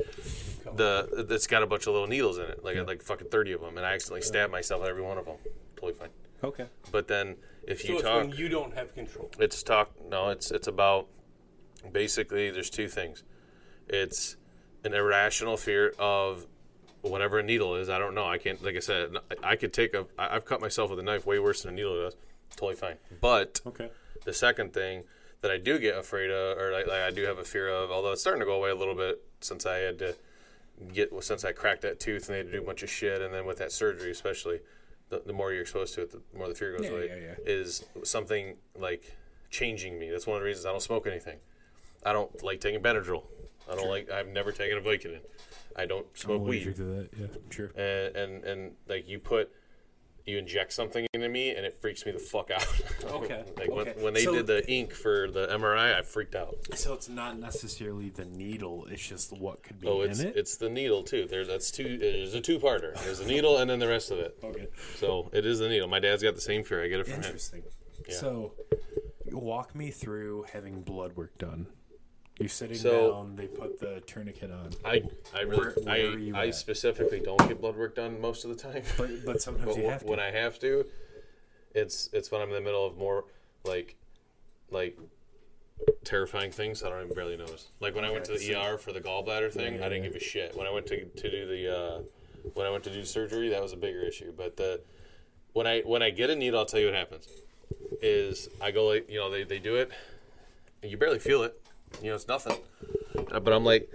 the it's got a bunch of little needles in it, like like fucking thirty of them, and I accidentally stabbed myself at every one of them. Totally fine. Okay. But then if So you it's talk, when you don't have control. it's talk. No, it's it's about basically there's two things. It's an irrational fear of whatever a needle is. I don't know. I can't. Like I said, I I could take a. I- I've cut myself with a knife way worse than a needle does. Totally fine. But Okay. the second thing that I do get afraid of, or like, like I do have a fear of, although it's starting to go away a little bit since I had to get, well, since I cracked that tooth and they had to do a bunch of shit, and then with that surgery, especially, the, the more you're exposed to it, the more the fear goes Yeah, away. yeah, yeah. Is something like changing me. That's one of the reasons I don't smoke anything. I don't like taking Benadryl. I don't like. I've never taken a Vicodin. I don't Oh, smoke weed to that. Yeah. Sure. and and, and like you put you inject something into me and it freaks me the fuck out. Okay, like when, okay. when they So- did the ink for the MRI, I freaked out. So it's not necessarily the needle; it's just what could be Oh, in it's it. it's the needle too. There's that's two. There's a two parter. There's the needle and then the rest of it. okay. So it is the needle. My dad's got the same fear. I get it from him. Interesting. So, walk me through having blood work done. You're sitting So- down. They put the tourniquet on, I I really Where- where are you I, I at? specifically don't get blood work done most of the time. but but sometimes But you wh- have to. when I have to, it's it's when I'm in the middle of more like like terrifying things I don't even barely notice. Like when I went to the ER for the gallbladder thing, I didn't give a shit. When I went to to do the uh, when I went to do surgery, that was a bigger issue. But the when I when I get a needle, I'll tell you what happens. Is I go like you know they, they do it, and you barely feel it. You know it's nothing. Uh, but I'm like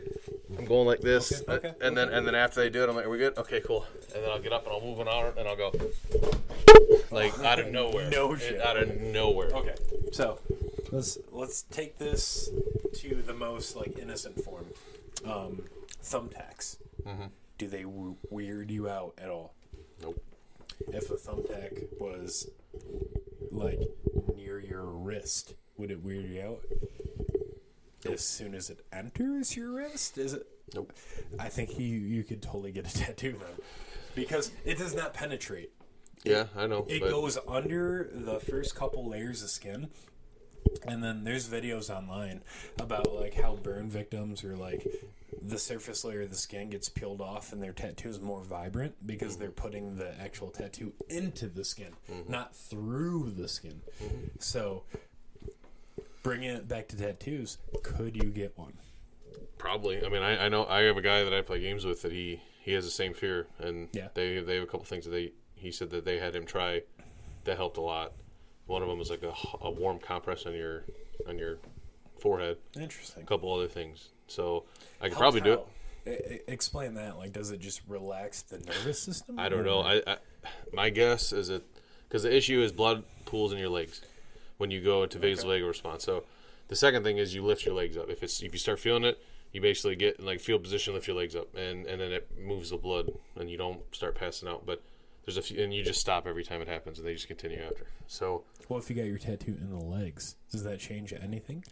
I'm going like this, uh, and then and then after they do it, I'm like, are we good? Okay, cool. And then I'll get up and I'll move an arm and I'll go. Like out of nowhere, No It- shit. out of nowhere. Okay, so let's let's take this to the most like innocent form. Um, thumbtacks. Do they w- weird you out at all? Nope. If a thumbtack was like near your wrist, would it weird you out? As soon as it enters your wrist, is it? Nope. I think you you could totally get a tattoo though, because it does not penetrate. Yeah, I know. It but goes under the first couple layers of skin. And then there's videos online about like how burn victims or like the surface layer of the skin gets peeled off and their tattoo is more vibrant because they're Mm-hmm. putting the actual tattoo into the skin, not through the skin. Mm-hmm. So bringing it back to tattoos, could you get one? probably. I mean, I, I know I have a guy that I play games with that he he has the same fear, and Yeah. they they have a couple things that they he said that they had him try that helped a lot. One of them was like a, h- a warm compress on your on your forehead, Interesting. a couple other things. So I could probably do it. it. e-, Explain that. Like, does it just relax the nervous system? I don't Or- know. I, I my guess is it because the issue is blood pools in your legs when you go into vasovagal response. So the second thing is you lift your legs up. If it's if you start feeling it, you basically get in like field position, lift your legs up, and and then it moves the blood, and you don't start passing out. But there's a few, and you just stop every time it happens, and they just continue after. So Well, if you got your tattoo in the legs, does that change anything?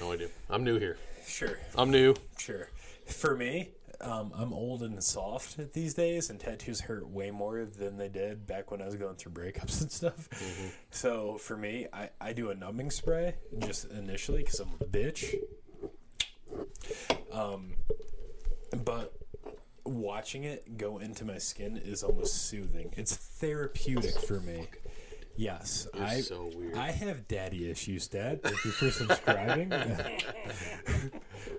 no idea. I'm new here. Sure, I'm new. sure. For me, um, I'm old and soft these days, and tattoos hurt way more than they did back when I was going through breakups and stuff. Mm-hmm. So for me, I, I do a numbing spray just initially because I'm a bitch. Um, but watching it go into my skin is almost soothing. It's therapeutic for me. Yes, I so weird. I have daddy issues, Dad. Thank you for subscribing.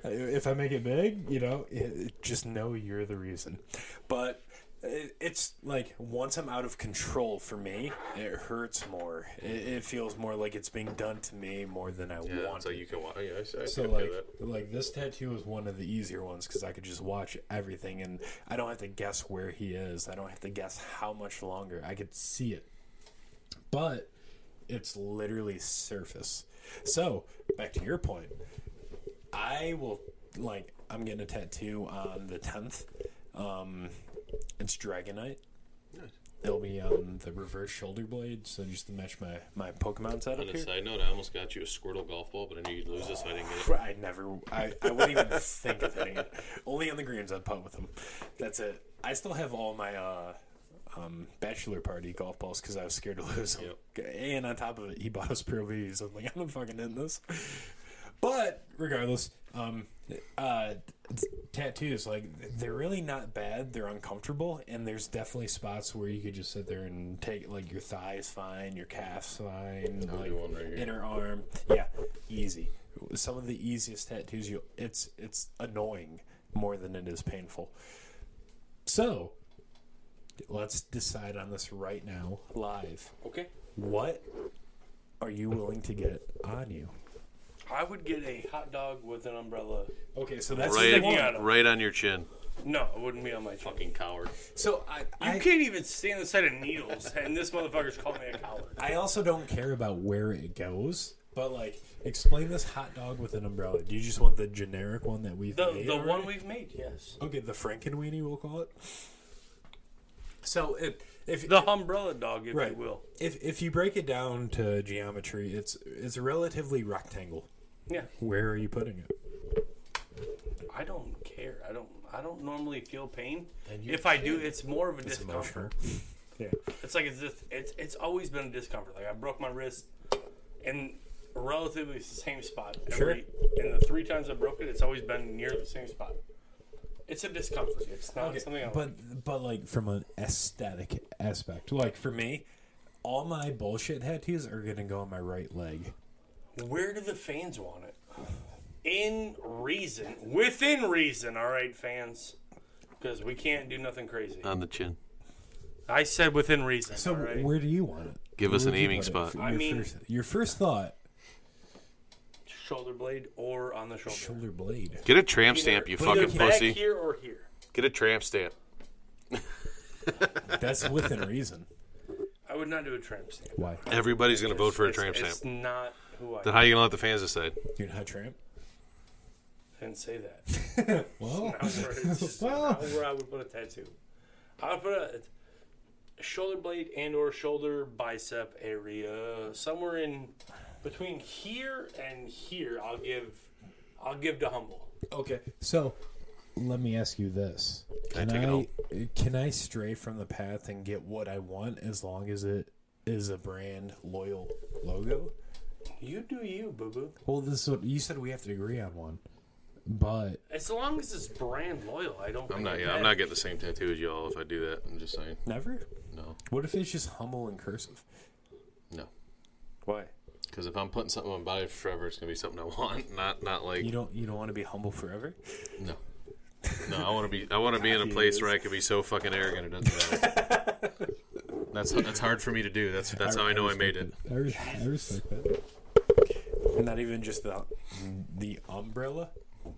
if I make it big, you know, it, it- just know you're the reason. But it, it's like once I'm out of control for me, it hurts more. It, it feels more like it's being done to me more than I Yeah, want. so you can watch. Yeah, I, I So can like feel that. like this tattoo was one of the easier ones because I could just watch everything and I don't have to guess where he is. I don't have to guess how much longer. I could see it, but it's literally surface. So back to your point, I will like I'm getting a tattoo on the 10th. Um, it's Dragonite. It'll be on the reverse shoulder blade, so just to match my my Pokemon setup On here. a side note, I almost got you a Squirtle golf ball, but I knew you'd lose this, so I didn't get it. I never. I, I wouldn't even think of hitting it. Only on the greens I'd putt with them. That's it. I still have all my uh, um, bachelor party golf balls because I was scared to lose them. And on top of it, he bought us Pro Vs. I'm like, I'm not fucking in this. But regardless, um, uh, t- tattoos like they're really not bad. They're uncomfortable, and there's definitely spots where you could just sit there and take like your thighs fine, your calves fine, like one right here. inner arm. Yeah, easy. Some of the easiest tattoos you it's it's annoying more than it is painful. So let's decide on this right now, live. Okay. What are you willing to get on you? I would get a hot dog with an umbrella. Okay, so that's Right. the one. at him. right on your chin. No, it wouldn't be on my chin. Fucking coward. So I, You I, can't even stand the sight of needles, and this motherfucker's calling me a coward. I also don't care about where it goes, but like, explain this hot dog with an umbrella. Do you just want the generic one that we've The, made? the already? one we've made, yes. Okay, the Frankenweenie, we'll call it. So it, if The umbrella dog, if right, you will. if if you break it down to geometry, it's it's relatively rectangle. Yeah. Where are you putting it? I don't care. I don't. I don't normally feel pain. And you If I do, it's more of a It's emotional. discomfort. yeah. It's like it's just. It's it's always been a discomfort. Like I broke my wrist, in relatively the same spot. Every, And the three times I broke it, it's always been near the same spot. It's a discomfort. It's not something. I like. But but like from an aesthetic aspect, like for me, all my bullshit tattoos are gonna go on my right leg. Where do the fans want it? In reason, within reason. All right, fans, because we can't do nothing crazy. on the chin. I said within reason. So all right? where do you want it? Give us Where an do you aiming want it? spot. Your I mean- first, your first thought, shoulder blade or on the shoulder. shoulder blade. Get a tramp stamp, you Either fucking back pussy. here or here. Get a tramp stamp. That's within reason. I would not do a tramp stamp. Why? Everybody's gonna vote for a It's- tramp it's stamp. not who I Then how you gonna let the fans decide? You're not a tramp. didn't say that. Well, Now where it's- Well- now where I would put a tattoo. I would put a, a shoulder blade and or shoulder bicep area somewhere in between here and here. I'll give I'll give to humble. okay. So, let me ask you this: Can take it I, can I stray from the path and get what I want as long as it is a brand loyal logo? You do you, boo boo. Well, this is what you said. We have to agree on one, but As long as it's brand loyal, I don't. I'm think not. I Yeah, I'm bet. not getting the same tattoo as y'all if I do that. I'm just saying. never. No, What if it's just humble and cursive? no. Why? Because if I'm putting something on my body forever, it's gonna be something I want. Not not like You don't. You don't want to be humble forever. no. No, I want to be. I want to be in a place where I can be so fucking arrogant it doesn't matter. that's that's hard for me to do. That's that's how I know I made it. I, res- I respect that. Not even just the the umbrella.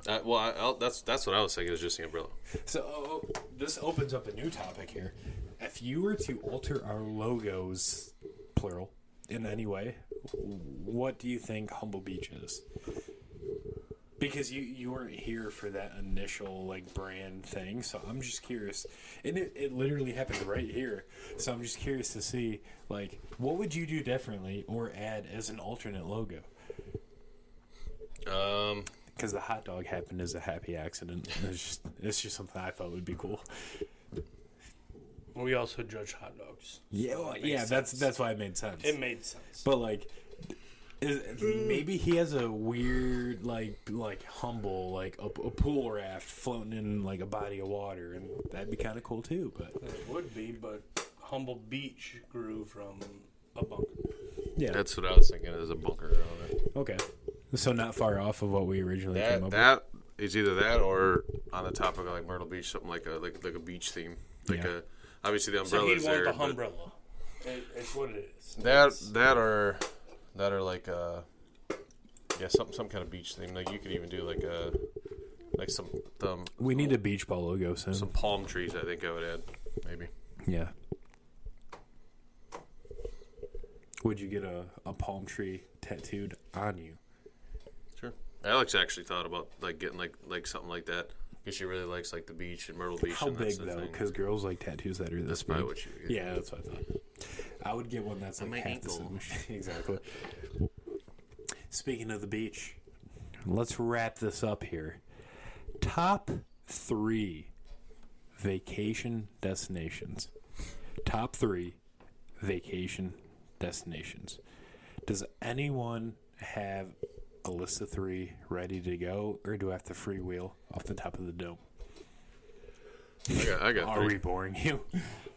Uh, well, I, I'll, that's that's what I was thinking. Is just the umbrella. So oh, oh, this opens up a new topic here. If you were to alter our logos, plural, in any way, what do you think Humble Beach is? Because you you weren't here for that initial like brand thing, so I'm just curious. And it, it literally happened right here, so I'm just curious to see like what would you do differently or add as an alternate logo? Um, Because the hot dog happened as a happy accident. It's just it's just something I thought would be cool. We also judge hot dogs. Yeah, well, yeah, that's that's why it made sense. It made sense. but like, is, maybe he has a weird like like humble like a, a pool raft floating in like a body of water, and that'd be kind of cool too. But It would be, but humble beach grew from a bunker. yeah, that's what I was thinking. Is a bunker. okay. So not far off of what we originally came up That that is either that or on the topic of like Myrtle Beach, something like a like like a beach theme, like Yeah. a obviously the So umbrella he'd is want there. the but umbrella. It, it's what it is. that that are that are like uh yeah some some kind of beach theme. Like you could even do like a like some um, with. We need a beach ball logo soon. some palm trees. I think I would add maybe. yeah. Would you get a, a palm tree tattooed on you? Sure. Alex actually thought about like getting like like something like that because she really likes like the beach and Myrtle Beach. How and big that's the though? thing. Because girls like tattoos that are this that's probably what you. would get. Yeah, that's what I thought. I would get one that's like my half the ankle. size. exactly. Speaking of the beach, let's wrap this up here. Top three vacation destinations. Top three vacation destinations. Does anyone have a list of three ready to go, or do I have to freewheel off the top of the dome? I got, I got Are three. we boring you?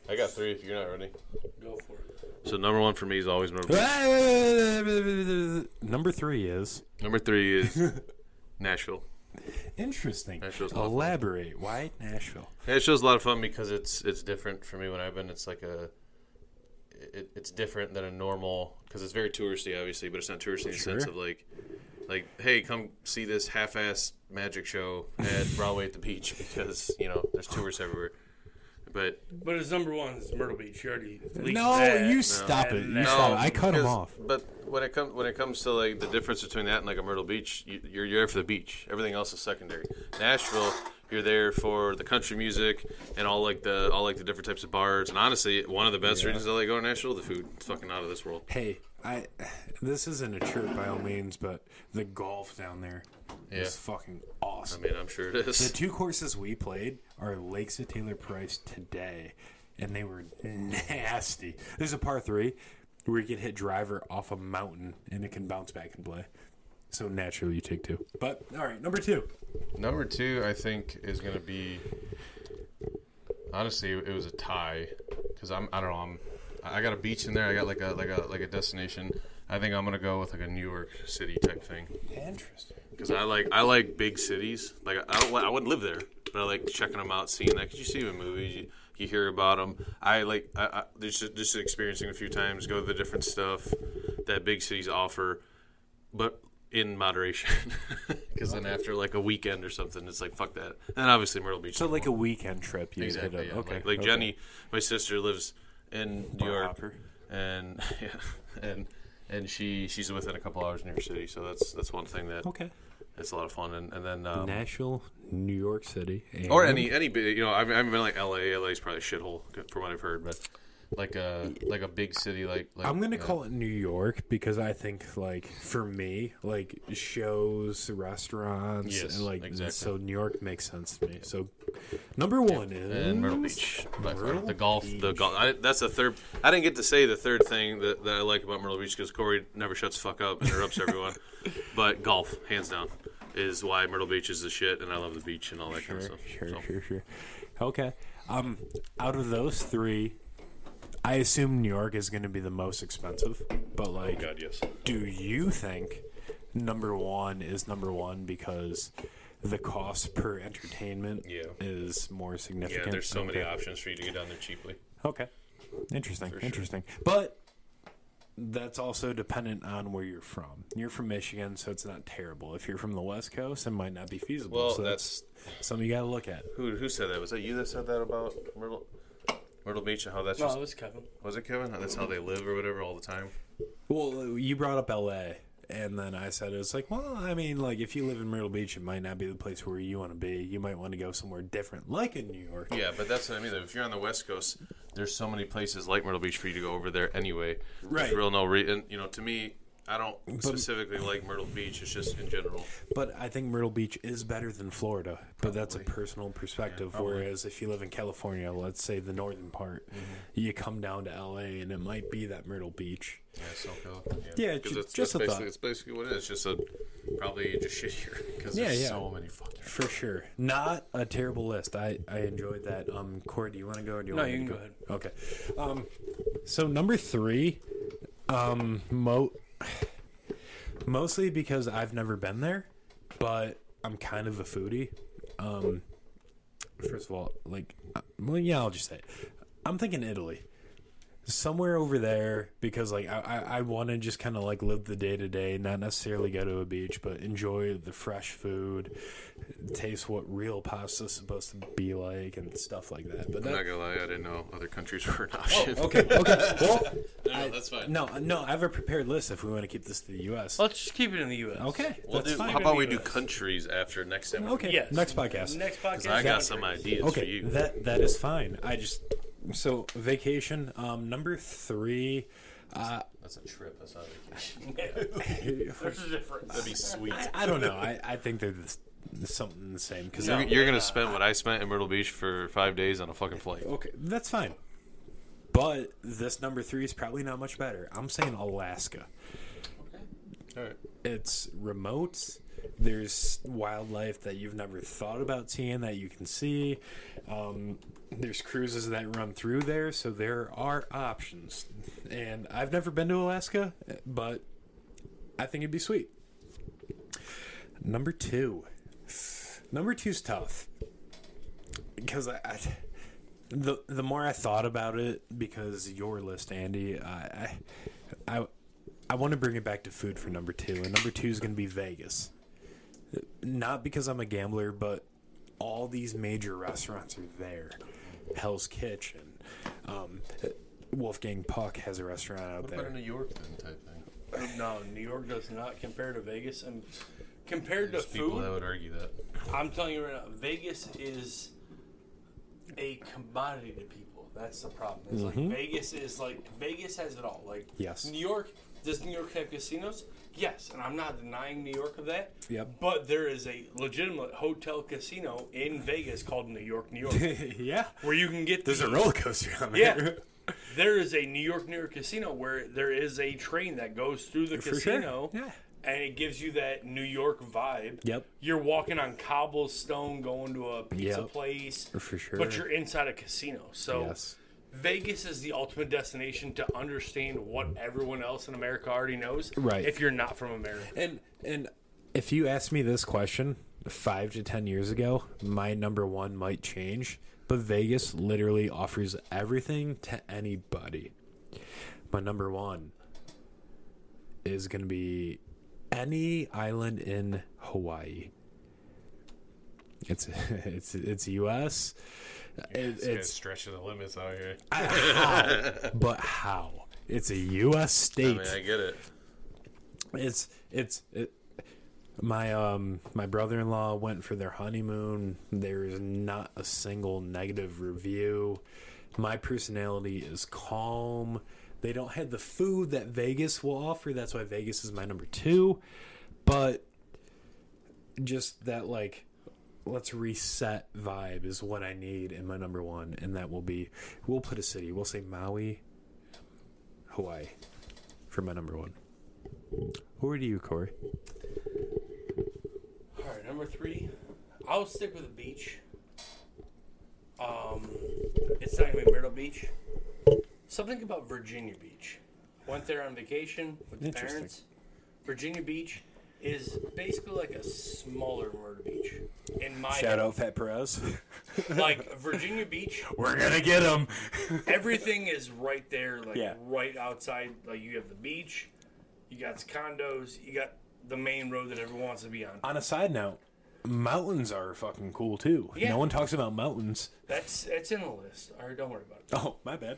I got three. If you're not ready. Go for it. So number one for me is always Myrtle Beach. Number three is Number three is Nashville. interesting. Nashville's a lot of fun. Elaborate. Why Nashville? Nashville's a lot of fun because it's it's different for me when I've been. It's like a it, it's different than a normal because it's very touristy, obviously, but it's not touristy in the sense Sure. of like like hey, come see this half-ass magic show at Broadway at the beach because you know there's tourists everywhere. But But his number one is Myrtle Beach. You already leaked No, that. you stop it. You No, stop it. I cut him Because- off. But when it comes when it comes to like the difference between that and like a Myrtle Beach, you, you're you're there for the beach. Everything else is secondary. Nashville, you're there for the country music and all like the all like the different types of bars. And honestly, one of the best reasons I like going to Nashville, the food. It's fucking out of this world. Hey, I. This isn't a trip by all means, but the golf down there is Yeah. fucking awesome. I mean, I'm sure it the is. two courses we played are Lakes at Taylor Price today, and they were nasty. There's a par three where you can hit driver off a mountain and it can bounce back and play. So naturally, you take two. But all right, number two. Number two, I think, is gonna be. Honestly, it was a tie because I'm I don't know I'm I got a beach in there. I got like a like a like a destination. I think I'm gonna go with like a New York City type thing Interesting. because I like I like big cities. Like I don't li- I wouldn't live there, but I like checking them out, seeing that. Cause you see them in movies, you, you hear about them. I like I, I just just experiencing a few times, go to the different stuff that big cities offer, but in moderation. Because then after like a weekend or something, it's like fuck that. And obviously Myrtle Beach. So like a weekend trip. You Hit Exactly, up. yeah. Okay. Like, like okay. Jenny, my sister lives in New York, hopper. and yeah, and and she she's within a couple hours of New York City, so that's that's one thing that Okay. it's a lot of fun. And, and then um, Nashville, New York City, and or any any big, you know, I've, I've been like L.A. L.A.'s probably a shithole from what I've heard, but like a like a big city like, like uh, I'm gonna yeah. call it New York because I think, like, for me, like shows, restaurants, Yes, and like exactly. so. New York makes sense to me. So, number one is and Myrtle Beach. by far. Myrtle the golf, the Beach. golf. I, that's the third. I didn't get to say the third thing that, that I like about Myrtle Beach because Corey never shuts the fuck up, interrupts everyone. But golf, hands down, is why Myrtle Beach is the shit, and I love the beach and all that Sure, kind of stuff. sure, so. sure, sure. Okay. Um, out of those three, I assume New York is going to be the most expensive. But like, God, yes. do you think number one is number one because the cost per entertainment Yeah. is more Yeah, significant? there's so many Okay. options for you to get down there cheaply. Okay. Interesting. Interesting. But that's also dependent on where you're from. You're from Michigan, so it's not terrible. If you're from the West Coast, it might not be feasible. Well, so that's something you got to look at. who who said that? Was that you that said that about Myrtle Myrtle Beach and how that's No, just it was Kevin. was it Kevin? How that's how they live or whatever all the time. Well, you brought up LA, and then I said it was like, well, I mean, like if you live in Myrtle Beach, it might not be the place where you want to be. You might want to go somewhere different, like in New York. Yeah, but that's what I mean. If you're on the West Coast, there's so many places like Myrtle Beach for you to go over there anyway. Right. There's real no re- and you know, to me, I don't specifically like Myrtle Beach. It's just in general. But I think Myrtle Beach is better than Florida. But that's a personal perspective. Whereas if you live in California, let's say the northern part, Mm-hmm. you come down to LA, and it might be that Myrtle Beach. Yeah, SoCal. Yeah, 'Cause ju- that's, just a that's basically, thought. It's basically what it is. It's just a probably just shittier because Yeah, there's yeah. so many fucking. For sure, not a terrible list. I, I enjoyed that. Um, Corey, do you want to go or do you No, want you me can to Okay. Um, so number three, um, mo, mostly because I've never been there, but I'm kind of a foodie. Um, first of all, like, uh, well, yeah, I'll just say, it. I'm thinking Italy somewhere over there because like I, I, I want to just kind of like live the day to day, not necessarily go to a beach, but enjoy the fresh food, taste what real pasta's supposed to be like, and stuff like that. But that, I'm not gonna lie, I didn't know other countries were an option. Oh, okay, okay, well, no, no, that's fine. no, no, I have a prepared list if we want to keep this to the U.S. Let's just keep it in the U.S. Okay, We'll that's do- fine. how about we do US. countries after next time? Okay, Yes. next podcast. Next podcast. I got some ideas for okay, you. that that is fine. I just so vacation um number three. that's a trip. That's not a vacation. There's a difference. That'd be sweet. I don't know. I, I think they're the, something the same because You're, you're gonna spend what I spent in Myrtle Beach for five days on a fucking flight. Okay, that's fine. But this number three is probably not much better. I'm saying Alaska. All right. It's remote. There's wildlife that you've never thought about seeing that you can see. Um, there's cruises that run through there, so there are options. And I've never been to Alaska, but I think it'd be sweet. Number two. Number two's tough because I, I the the more I thought about it, because your list, Andy, I I I, I want to bring it back to food for number two, and number two is going to be Vegas. Not because I'm a gambler, but all these major restaurants are there. Hell's Kitchen, um, Wolfgang Puck has a restaurant out there. New York then type thing? No, New York does not compare to Vegas. And compared to There's people that food, would argue that. I'm telling you right now, Vegas is a commodity to people. That's the problem. It's like Vegas is like Vegas has it all. Like Mm-hmm. Yes. New York does New York have casinos? Yes, and I'm not denying New York of that. Yep. But there is a legitimate hotel casino in Vegas called New York, New York, yeah, where you can get there's a the- roller coaster on there. Yeah. There is a New York New York casino where there is a train that goes through the For sure. casino. Yeah. And it gives you that New York vibe. Yep. You're walking on cobblestone going to a pizza Yep. place. For sure. But you're inside a casino. So Yes. Vegas is the ultimate destination to understand what everyone else in America already knows. Right. If you're not from America. And and if you asked me this question five to ten years ago, my number one might change. But Vegas literally offers everything to anybody. My number one is gonna be any island in Hawaii. It's it's it's U.S. It- it's stretching the limits out here. but how? It's a U.S. state. I mean, I get it. it's it's it, my um my brother-in-law went for their honeymoon there's not a single negative review my personality is calm they don't have the food that vegas will offer that's why vegas is my number two but just that like let's reset vibe is what i need in my number one and that will be we'll put a city we'll say maui hawaii for my number one who are you, Corey? All right, number three. I'll stick with the beach. Um, it's not gonna be Myrtle Beach. Something about Virginia Beach. Went there on vacation with the Interesting. parents. Virginia Beach is basically like a smaller Myrtle Beach. In my out Fat Perez. like Virginia Beach, We're gonna get him. everything is right there, like Yeah. right outside. Like you have the beach, you got condos, you got the main road that everyone wants to be on. On a side note, mountains are fucking cool too. Yeah. No one talks about mountains. That's that's in the list. All right, don't worry about it. Oh, my bad.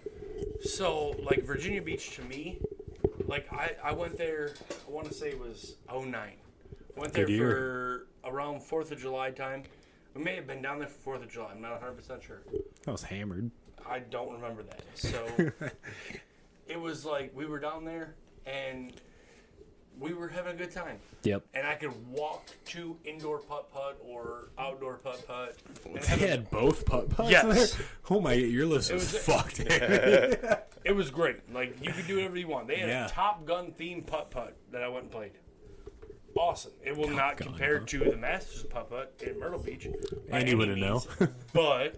So, like Virginia Beach to me, like I, I went there, I want to say it was 09. Went there Good year. for around 4th of July time. We may have been down there for 4th of July. I'm not 100% sure. I was hammered. I don't remember that. So, it was like we were down there and we were having a good time. Yep. And I could walk to indoor putt putt or outdoor putt putt. and They have a- had both putt putts Yes. there. Oh my, your list is was- fucked. It was great. Like you could do whatever you want. They had Yeah. a Top Gun themed putt putt that I went and played. Awesome. It will not Gun, compare huh? to the Masters of putt putt in Myrtle Beach. by Andy any wouldn't means, know. but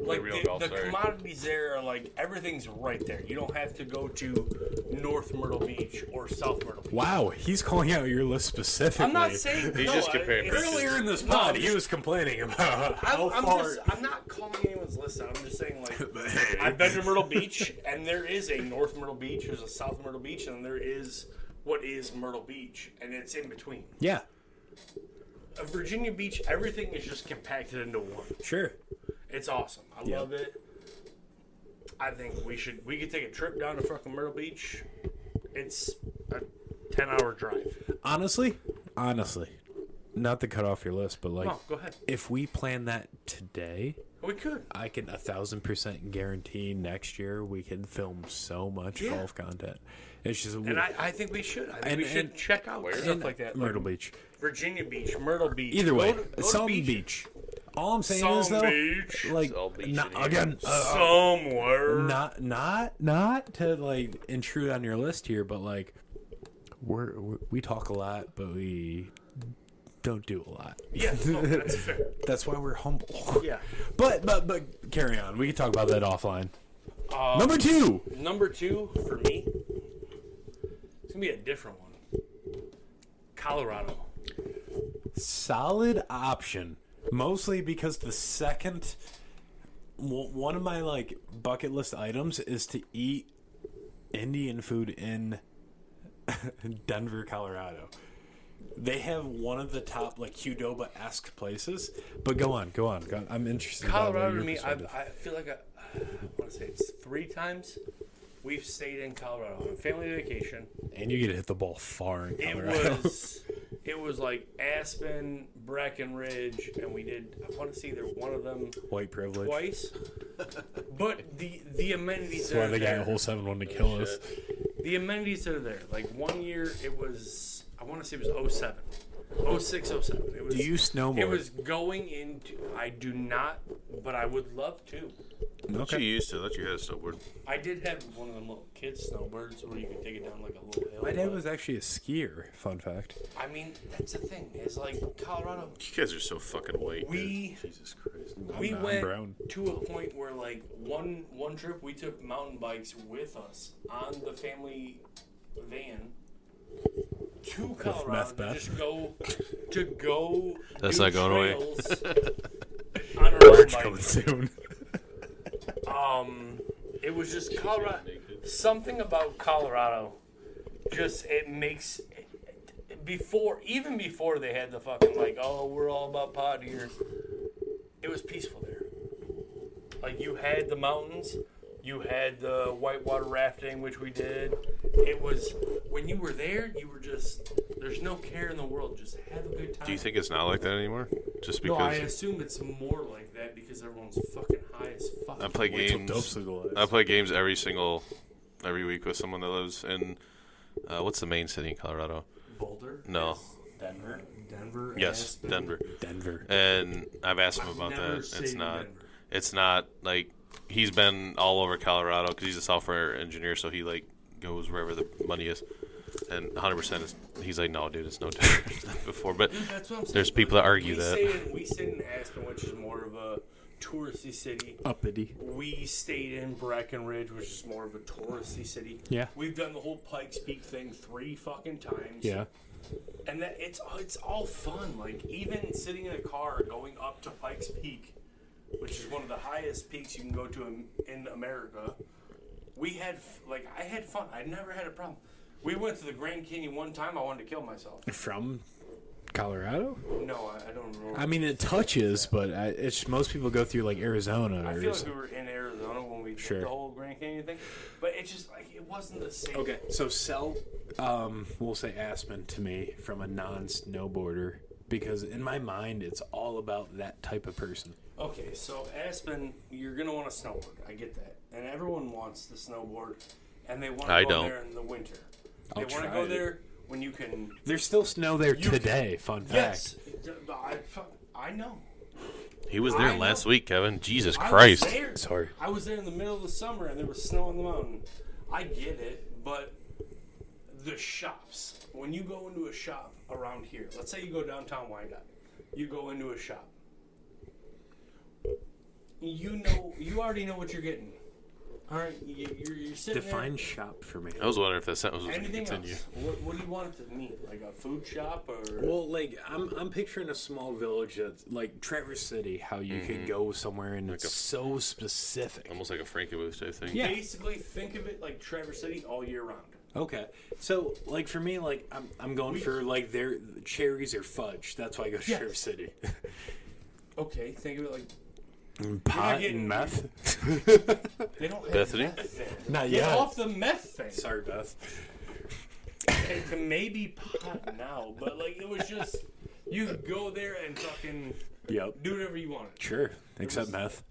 like Real the, golf, the sorry. commodities there are like everything's right there. You don't have to go to North Myrtle Beach or South Myrtle Beach. wow, he's calling out your list specifically. I'm not saying He's no, just I- comparing it's- purses. earlier in this No, pod I'm he was complaining about how I'm, I'm far. just, I'm not calling anyone's list out. I'm just saying, like, I've been to Myrtle Beach, and there is a North Myrtle Beach, there's a South Myrtle Beach, and there is what is Myrtle Beach, and it's in between. yeah, A Virginia Beach, everything is just compacted into one. sure. It's awesome. I Yeah. love it. I think we should we could take a trip down to fucking Myrtle Beach. It's a ten hour drive. Honestly, honestly, not to cut off your list, but like, No, go ahead. if we plan that today, We could. I can a thousand percent guarantee next year we can film so much Yeah. golf content. It's just And I, I think we should. I think And- we should and- check out stuff like that. Like Myrtle Beach. Virginia Beach, Myrtle Beach. Either way, Go to- go to some beach. beach. All I'm saying Some is though, beach. like Some beach not, in here. again, uh, somewhere. not not not to like intrude on your list here, but like we're, we we talk a lot, but we don't do a lot. Yeah, no, that's fair. That's why we're humble. Yeah. but but but carry on. We can talk about that offline. Um, Number two. Number two for me, it's gonna be a different one. Colorado. solid option mostly because the second w- one of my like bucket list items is to eat indian food in denver colorado they have one of the top like Qdoba-esque places but go on go on, go on. i'm interested about Colorado your to me, I, perspective. I feel like I, I want to say it's three times we've stayed in Colorado on a family vacation. and you get to hit the ball far in It colorado was it was like Aspen, Breckenridge, and we did. I want to see either one of them white privilege twice. But the the amenities that's why are they got there. a whole seven Oh, one to kill us the amenities that are there. Like one year it was I want to say it was 07. 06, 07. It was, Do you snowboard? It was going into I do not, but I would love to. What you used to? That you had a snowboard. I did have one of them little kid snowbirds where you could take it down like a little hill. my dad but- was actually a skier fun fact I mean, that's the thing. It's like Colorado. You guys are so fucking white. We dude. Jesus Christ. we I'm went brown. to a point where like one one trip we took mountain bikes with us on the family van to Colorado meth to bath. just go to go. That's do not going away. trails on our own Coming bikes. soon. Um, it was just Colorado. Something about Colorado, just it makes. Before, even before they had the fucking like, oh, we're all about pot here. It was peaceful there. Like you had the mountains, you had the whitewater rafting, which we did. It was when you were there, you were just there's no care in the world. Just have a good time. Do you think it's not like that anymore? Just No, I because assume it's more like that because everyone's fucking high as fuck. I play Wait till games. Dopes is alive. I play games every single every week with someone that lives in uh, what's the main city in Colorado? Boulder. No. Yes. Denver. Denver. Yes, Aspen. Denver. Denver. And I've asked him I've about never that. It's seen not. Denver. It's not like he's been all over Colorado because he's a software engineer, so he like goes wherever the money is. And 100, percent he's like, no, dude, it's no different than before. But That's what I'm saying. There's people that argue we that. Stayed in, we stayed in Aspen, which is more of a touristy city. Uppity. We stayed in Breckenridge, which is more of a touristy city. Yeah. We've done the whole Pikes Peak thing three fucking times. Yeah. And that it's oh, it's all fun. Like even sitting in a car going up to Pikes Peak, which is one of the highest peaks you can go to in, in America. We had f- like I had fun. I never had a problem. We went to the Grand Canyon one time. I wanted to kill myself. From Colorado? No, I, I don't remember. I mean, it touches, but I, it's most people go through like Arizona I or feel like we something. were in Arizona when we Sure. did the whole Grand Canyon thing, but it's just like it wasn't the same. Okay, so sell, um, we'll say Aspen to me from a non-snowboarder because in my mind it's all about that type of person. Okay, so Aspen, you're gonna want to snowboard. I get that, and everyone wants to snowboard, and they want I to go don't. there in the winter. I'll they want to try go it. there when you can. There's still snow there You- today. Fun fact. Yes, I, I know. he was there I know. last week, Kevin. Jesus I was Christ. there. Sorry. I was there in the middle of the summer and there was snow on the mountain. I get it, but the shops. When you go into a shop around here, let's say you go downtown Wyandotte, you go into a shop. You know, you already know what you're getting. All right, you, you're, you're sitting Define shop for me. I was wondering if that sentence was there. going to Anything continue. else? What, what do you want it to mean? Like a food shop or? Well, like I'm, I'm picturing a small village that's like Traverse City, how you could go somewhere and it's a- so specific. Almost like a Frankenbooth type thing. Yeah. Basically, think of it like Traverse City all year round. Okay, so like for me, like I'm, I'm going for like their cherries or fudge. That's why I go to Yes. Traverse City. Okay, think of it like Pot getting- and meth. they don't have Bethany? meth there. Not Get yet. off the meth thing. Sorry, Beth. It can maybe pot now, but like it was just you could go there and fucking Yep. do whatever you wanted. Sure. Except meth.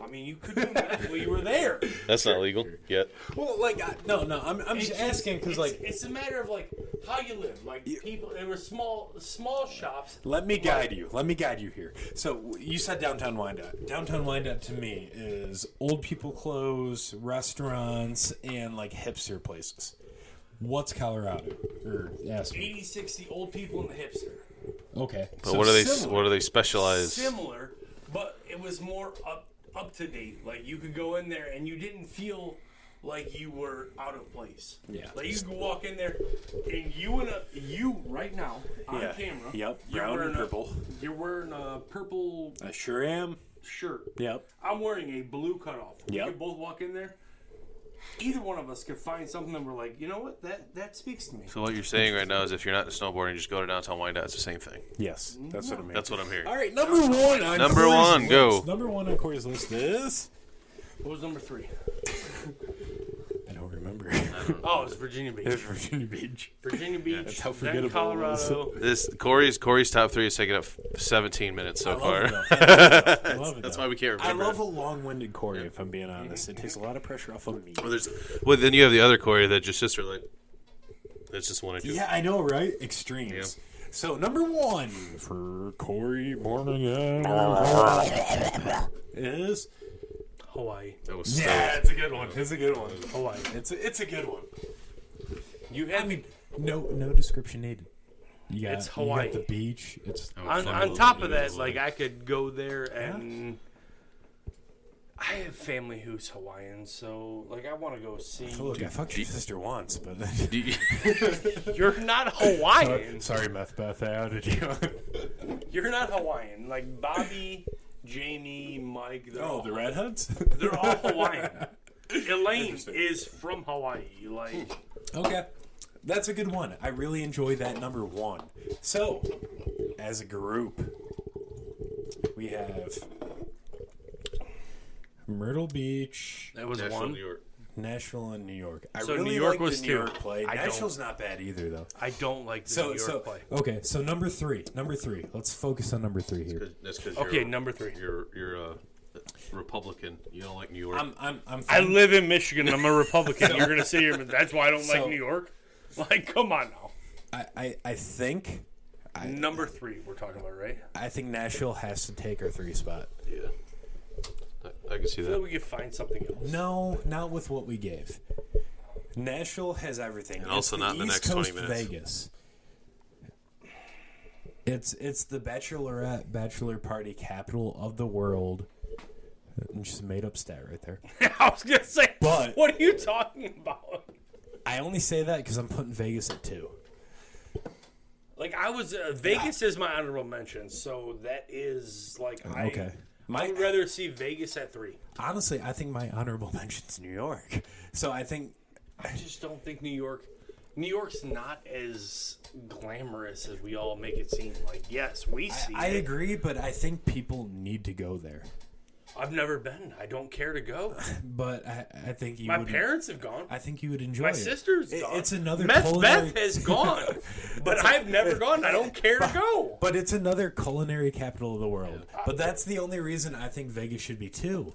I mean, you could do that while you were there. That's not legal yet. Well, like, I, no, no, I'm, I'm It's- just asking because, it's- like, it's a matter of like how you live. Like people, there were small small shops. let me guide you. Let me guide you here. So you said downtown Wyandotte. Downtown Wyandotte to me is old people clothes, restaurants, and like hipster places. What's Colorado or Aspen? 80, 60 old people and the hipster. Okay. But what are they? What are they specialized? Similar, but it was more up up to date. Like you could go in there and you didn't feel like you were out of place. Yeah. Like you could walk in there and you in a you right now on Yeah. camera. Yep, you're brown and wearing a- purple. you're wearing a purple I sure am. shirt. Yep. I'm wearing a blue cutoff. Yep. We could both walk in there. Either one of us could find something that we're like, you know what, that that speaks to me. So what you're saying right now is if you're not snowboarding, just go to downtown Wyandotte. It's the same thing. Yes, that's what I mean. That's what I'm hearing. All right, number one. On Number Corey's one, list. go. Number one on Corey's list is. What was number three? I don't remember. Oh, it's Virginia Beach. Virginia Beach. Virginia Beach. That's how forgettable it Colorado. is. This Corey's Corey's top three is taking up 17 minutes so far. I love it. That's though. why we can't I remember. love a long-winded Corey. If I'm being honest, it takes a lot of pressure off of me. Well, there's, well, then you have the other Corey that your sister like. That's just one or two. Yeah, I know, right? Extremes. So number one for Corey Morning is Hawaii. That was so- it's a good one. It's a good one. Hawaii. It's a, it's a good one. You had me No no description needed. You got, It's you got Hawaii. the beach. It's Oh, on, on top of that, like I could go there and I have family who's Hawaiian, so like I want to go see. Look, I fucked your sister once, but then. Do you- You're not Hawaiian. Sorry, Meth Beth, I outed you. You're not Hawaiian. Like Bobby, Jamie, Mike. They're all oh, the redheads? they're all Hawaiian. Elaine is from Hawaii. Like okay. That's a good one. I really enjoy that number one. So, as a group, we have Myrtle Beach, that was National one. New York. Nashville, and New York. I So really New York like was the two. New York play. I don't- Nashville's not bad either, though. I don't like the So, New York so play. okay. So number three, number three. Let's focus on number three here. 'Cause- That's because Okay, number three. You're you're a Republican. You don't like New York. I'm, I'm, I'm. I fine. live in Michigan. I'm a Republican. You're gonna sit here, but that's why I don't like So- New York. Like, come on now. I, I, I think, Number three, we're talking about, right? I think Nashville has to take our three spot. yeah, I, I can see I feel that. we could find something else. No, not with what we gave. Nashville has everything. And also not in the next 20 minutes. Vegas. It's it's the bachelorette bachelor party capital of the world. Just made up stat right there. I was gonna say, But- what are you talking about? I only say that because I'm putting Vegas at two. Like, I was uh, Vegas is my honorable mention, so that is like I. Okay. I My would rather see Vegas at three. honestly, I think my honorable mention's New York. So I think I just don't think New York. New York's not as glamorous as we all make it seem. Like, yes, we see. I it. agree, but I think people need to go there. I've never been. I don't care to go. But I, I think you My would. parents have gone. I think you would enjoy My it. sister's It- gone. It's another Meth culinary- Beth has gone, but I've never gone. I don't care to go. But it's another culinary capital of the world. But that's the only reason I think Vegas should be two.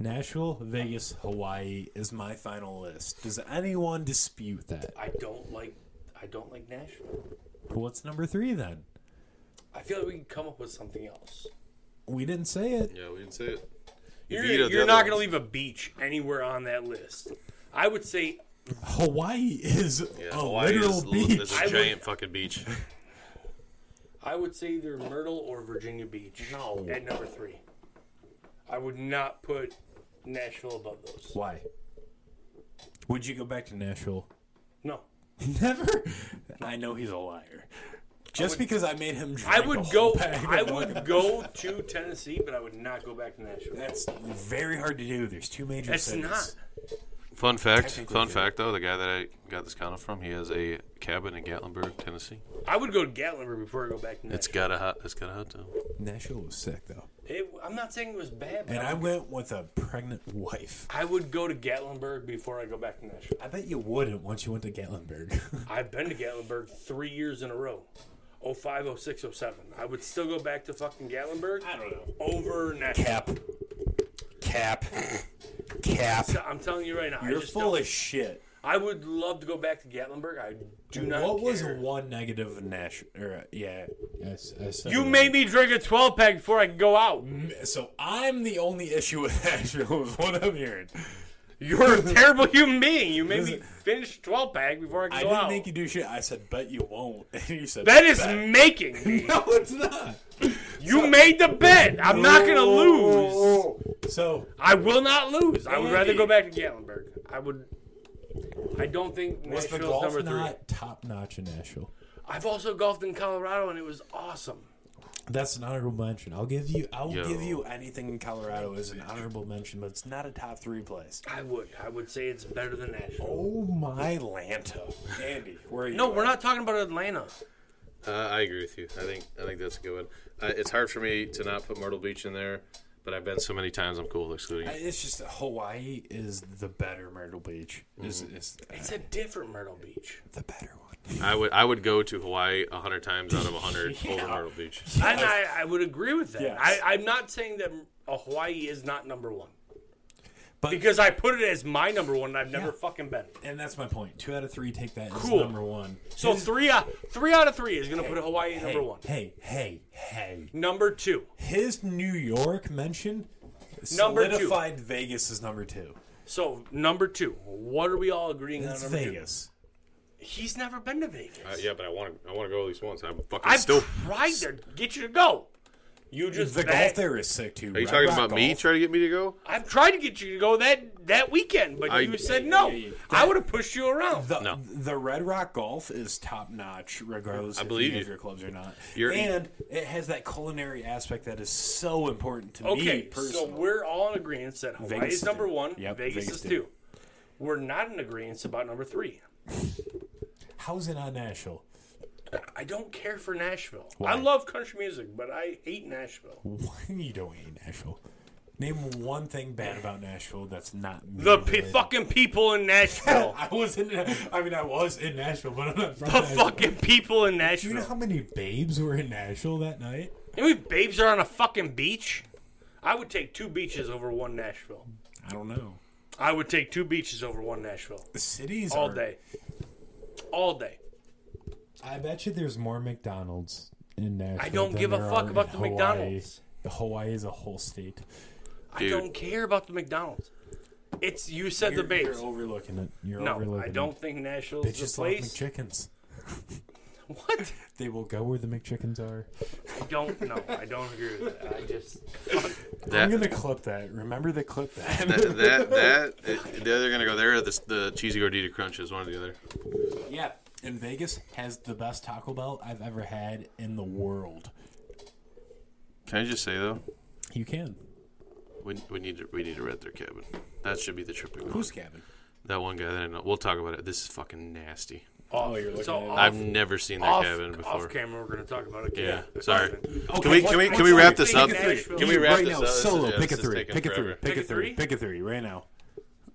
Nashville, Vegas, Hawaii is my final list. Does anyone dispute that? I don't like. I don't like Nashville. What's number three then? I feel like we can come up with something else. We didn't say it. Yeah, we didn't say it. You're, vetoed the you're other not going to ones. leave a beach anywhere on that list. I would say Hawaii is Yeah, a Oh, Hawaii literal is, beach. It's I a would- giant fucking beach. I would say either Myrtle or Virginia Beach No. at number three. I would not put Nashville above those. Why? Would you go back to Nashville? No, Never. I know he's a liar. Just because I made him drink I a would whole go. bag of I vodka. would go to Tennessee, but I would not go back to Nashville. That's very hard to do. There's two major It's cities. not. Fun fact. Technically Fun good. fact though, the guy that I got this condo from, he has a cabin in Gatlinburg, Tennessee. I would go to Gatlinburg before I go back to It's Nashville. got a hot. It's got a hot tub. Nashville was sick though, It, I'm not saying it was bad, but and I I, would, went with a pregnant wife. I would go to Gatlinburg before I go back to Nashville. I bet you wouldn't once you went to Gatlinburg. I've been to Gatlinburg three years in a row. 05, 06, 07. I would still go back to fucking Gatlinburg I don't know. over Nashville. Cap, cap, cap. So I'm telling you right now. I You're just full don't- of shit. I would love to go back to Gatlinburg. I do not What was care. one negative of Nash? Or uh, yeah, I, said You made me drink a 12 pack before I could go out. So I'm the only issue with Nashville is what I'm hearing. You're a terrible human being. You made me finish 12 pack before I could I go didn't out. make you do shit. I said bet you won't, and you said that is bet. making me. no, it's not. You made the bet. I'm not going to Oh, lose. So I will not lose. I would rather Andy. go back to Gatlinburg. I would. I don't think was the Nashville's golf number three. not top notch in Nashville? I've also golfed in Colorado and it was awesome. That's an honorable mention. I'll give you. I'll Yo. give you anything in Colorado as an honorable mention, but it's not a top three place. I would. I would say it's better than Nashville. Oh my Lanta, Andy, where are you? No, we're not talking about Atlanta. Uh, I agree with you. I think I think that's a good one. Uh, it's hard for me to not put Myrtle Beach in there, but I've been so many times. I'm cool with excluding. I- it. It's just that Hawaii is the better Myrtle Beach. Is Mm-hmm. is It's a different Myrtle Beach. the better one? I would I would go to Hawaii hundred times out of hundred over Myrtle Beach. And I, I would agree with that. Yes. I, I'm not saying that Hawaii is not number one. But- because I put it as my number one and I've never Yeah. fucking been. And that's my point. Two out of three take that as Cool. number one. So three out, three out of three is going to put Hawaii at Hey, number one. Hey, hey, hey! Number two. His New York mention Number two. solidified Vegas as number two. So number two. What are we all agreeing It's on? Number Vegas. He's never been to Vegas. Uh, yeah, but I want to. I want to go at least once. I'm fucking I've still. tried to get you to go. You just The golf there is sick too. Are you talking about me trying to get me to go? I've tried to get you to go that that weekend, but I- you said no. I would have pushed you around. The, No. the Red Rock Golf is top notch, regardless I believe if you have you. your clubs or not. You're- e- and it has that culinary aspect that is so important to me Okay, so personally. we're all in agreement that Hawaii Vegas is number did. one. Yep, Vegas, Vegas is did. two. We're not in agreement about number three. How's it on Nashville? I don't care for Nashville. Why? I love country music, but I hate Nashville. you don't hate Nashville. Name one thing bad about Nashville that's not me The pe- related. fucking people in Nashville. I was in. I mean, I was in Nashville, but I'm not from the Nashville. fucking people in Do you know how Nashville. many babes were in Nashville that night? You know how many babes are on a fucking beach? I would take two beaches over one Nashville. I don't know. I would take two beaches over one Nashville The cities all are- day, all day. I bet you there's more McDonald's in Nashville. I don't than give a there fuck are about in the Hawaii. McDonald's. The Hawaii is a whole state. I Dude. don't care about the McDonald's. It's you said the You're babes. overlooking it. You're No, overlooking I it. don't think Nashville's They just the love place. McChickens. What? They will go where the McChickens are. I don't know. I don't agree with that. I just I'm That gonna clip that. Remember the clip that. that that, that it, they're gonna go there. Or the, the cheesy gordita crunch is one or the other. yeah, and Vegas has the best Taco Bell I've ever had in the world. Can I just say though, You can. we, we need to we need to rent their cabin. That should be the trip we go. Who's on. cabin? That one guy that I know. We'll talk about it. This is fucking nasty. off. Oh, you're looking so at it. off, I've never seen their off, cabin before. off camera. We're gonna talk about it. Yeah, Again. sorry. Okay, Can we what- can we what's can we wrap your- this up? Pick a three. Can we wrap right this now, up? This is- solo. yeah, this pick a is three. taking Pick a three. forever. Pick a Pick a three. three? Pick a three right now.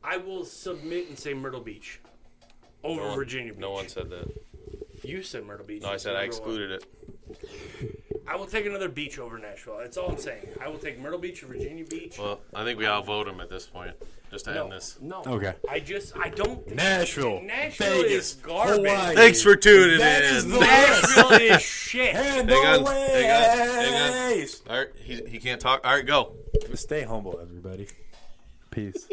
I will submit and say Myrtle Beach over No one- Virginia Beach. No one said that. You said Myrtle Beach. No, I It's said I number one. excluded it. I will take another beach over Nashville. That's all I'm saying. I will take Myrtle Beach or Virginia Beach. Well, I think we all vote him at this point. Just to no, end this. no. Okay. I just I don't. think- Nashville, Nashville Vegas, is garbage. Hawaii. Thanks for tuning That is in. the- Nashville is shit. And Hang on, always. hang on, hang on. All right, he, he can't talk. All right, go. Stay humble, everybody. Peace.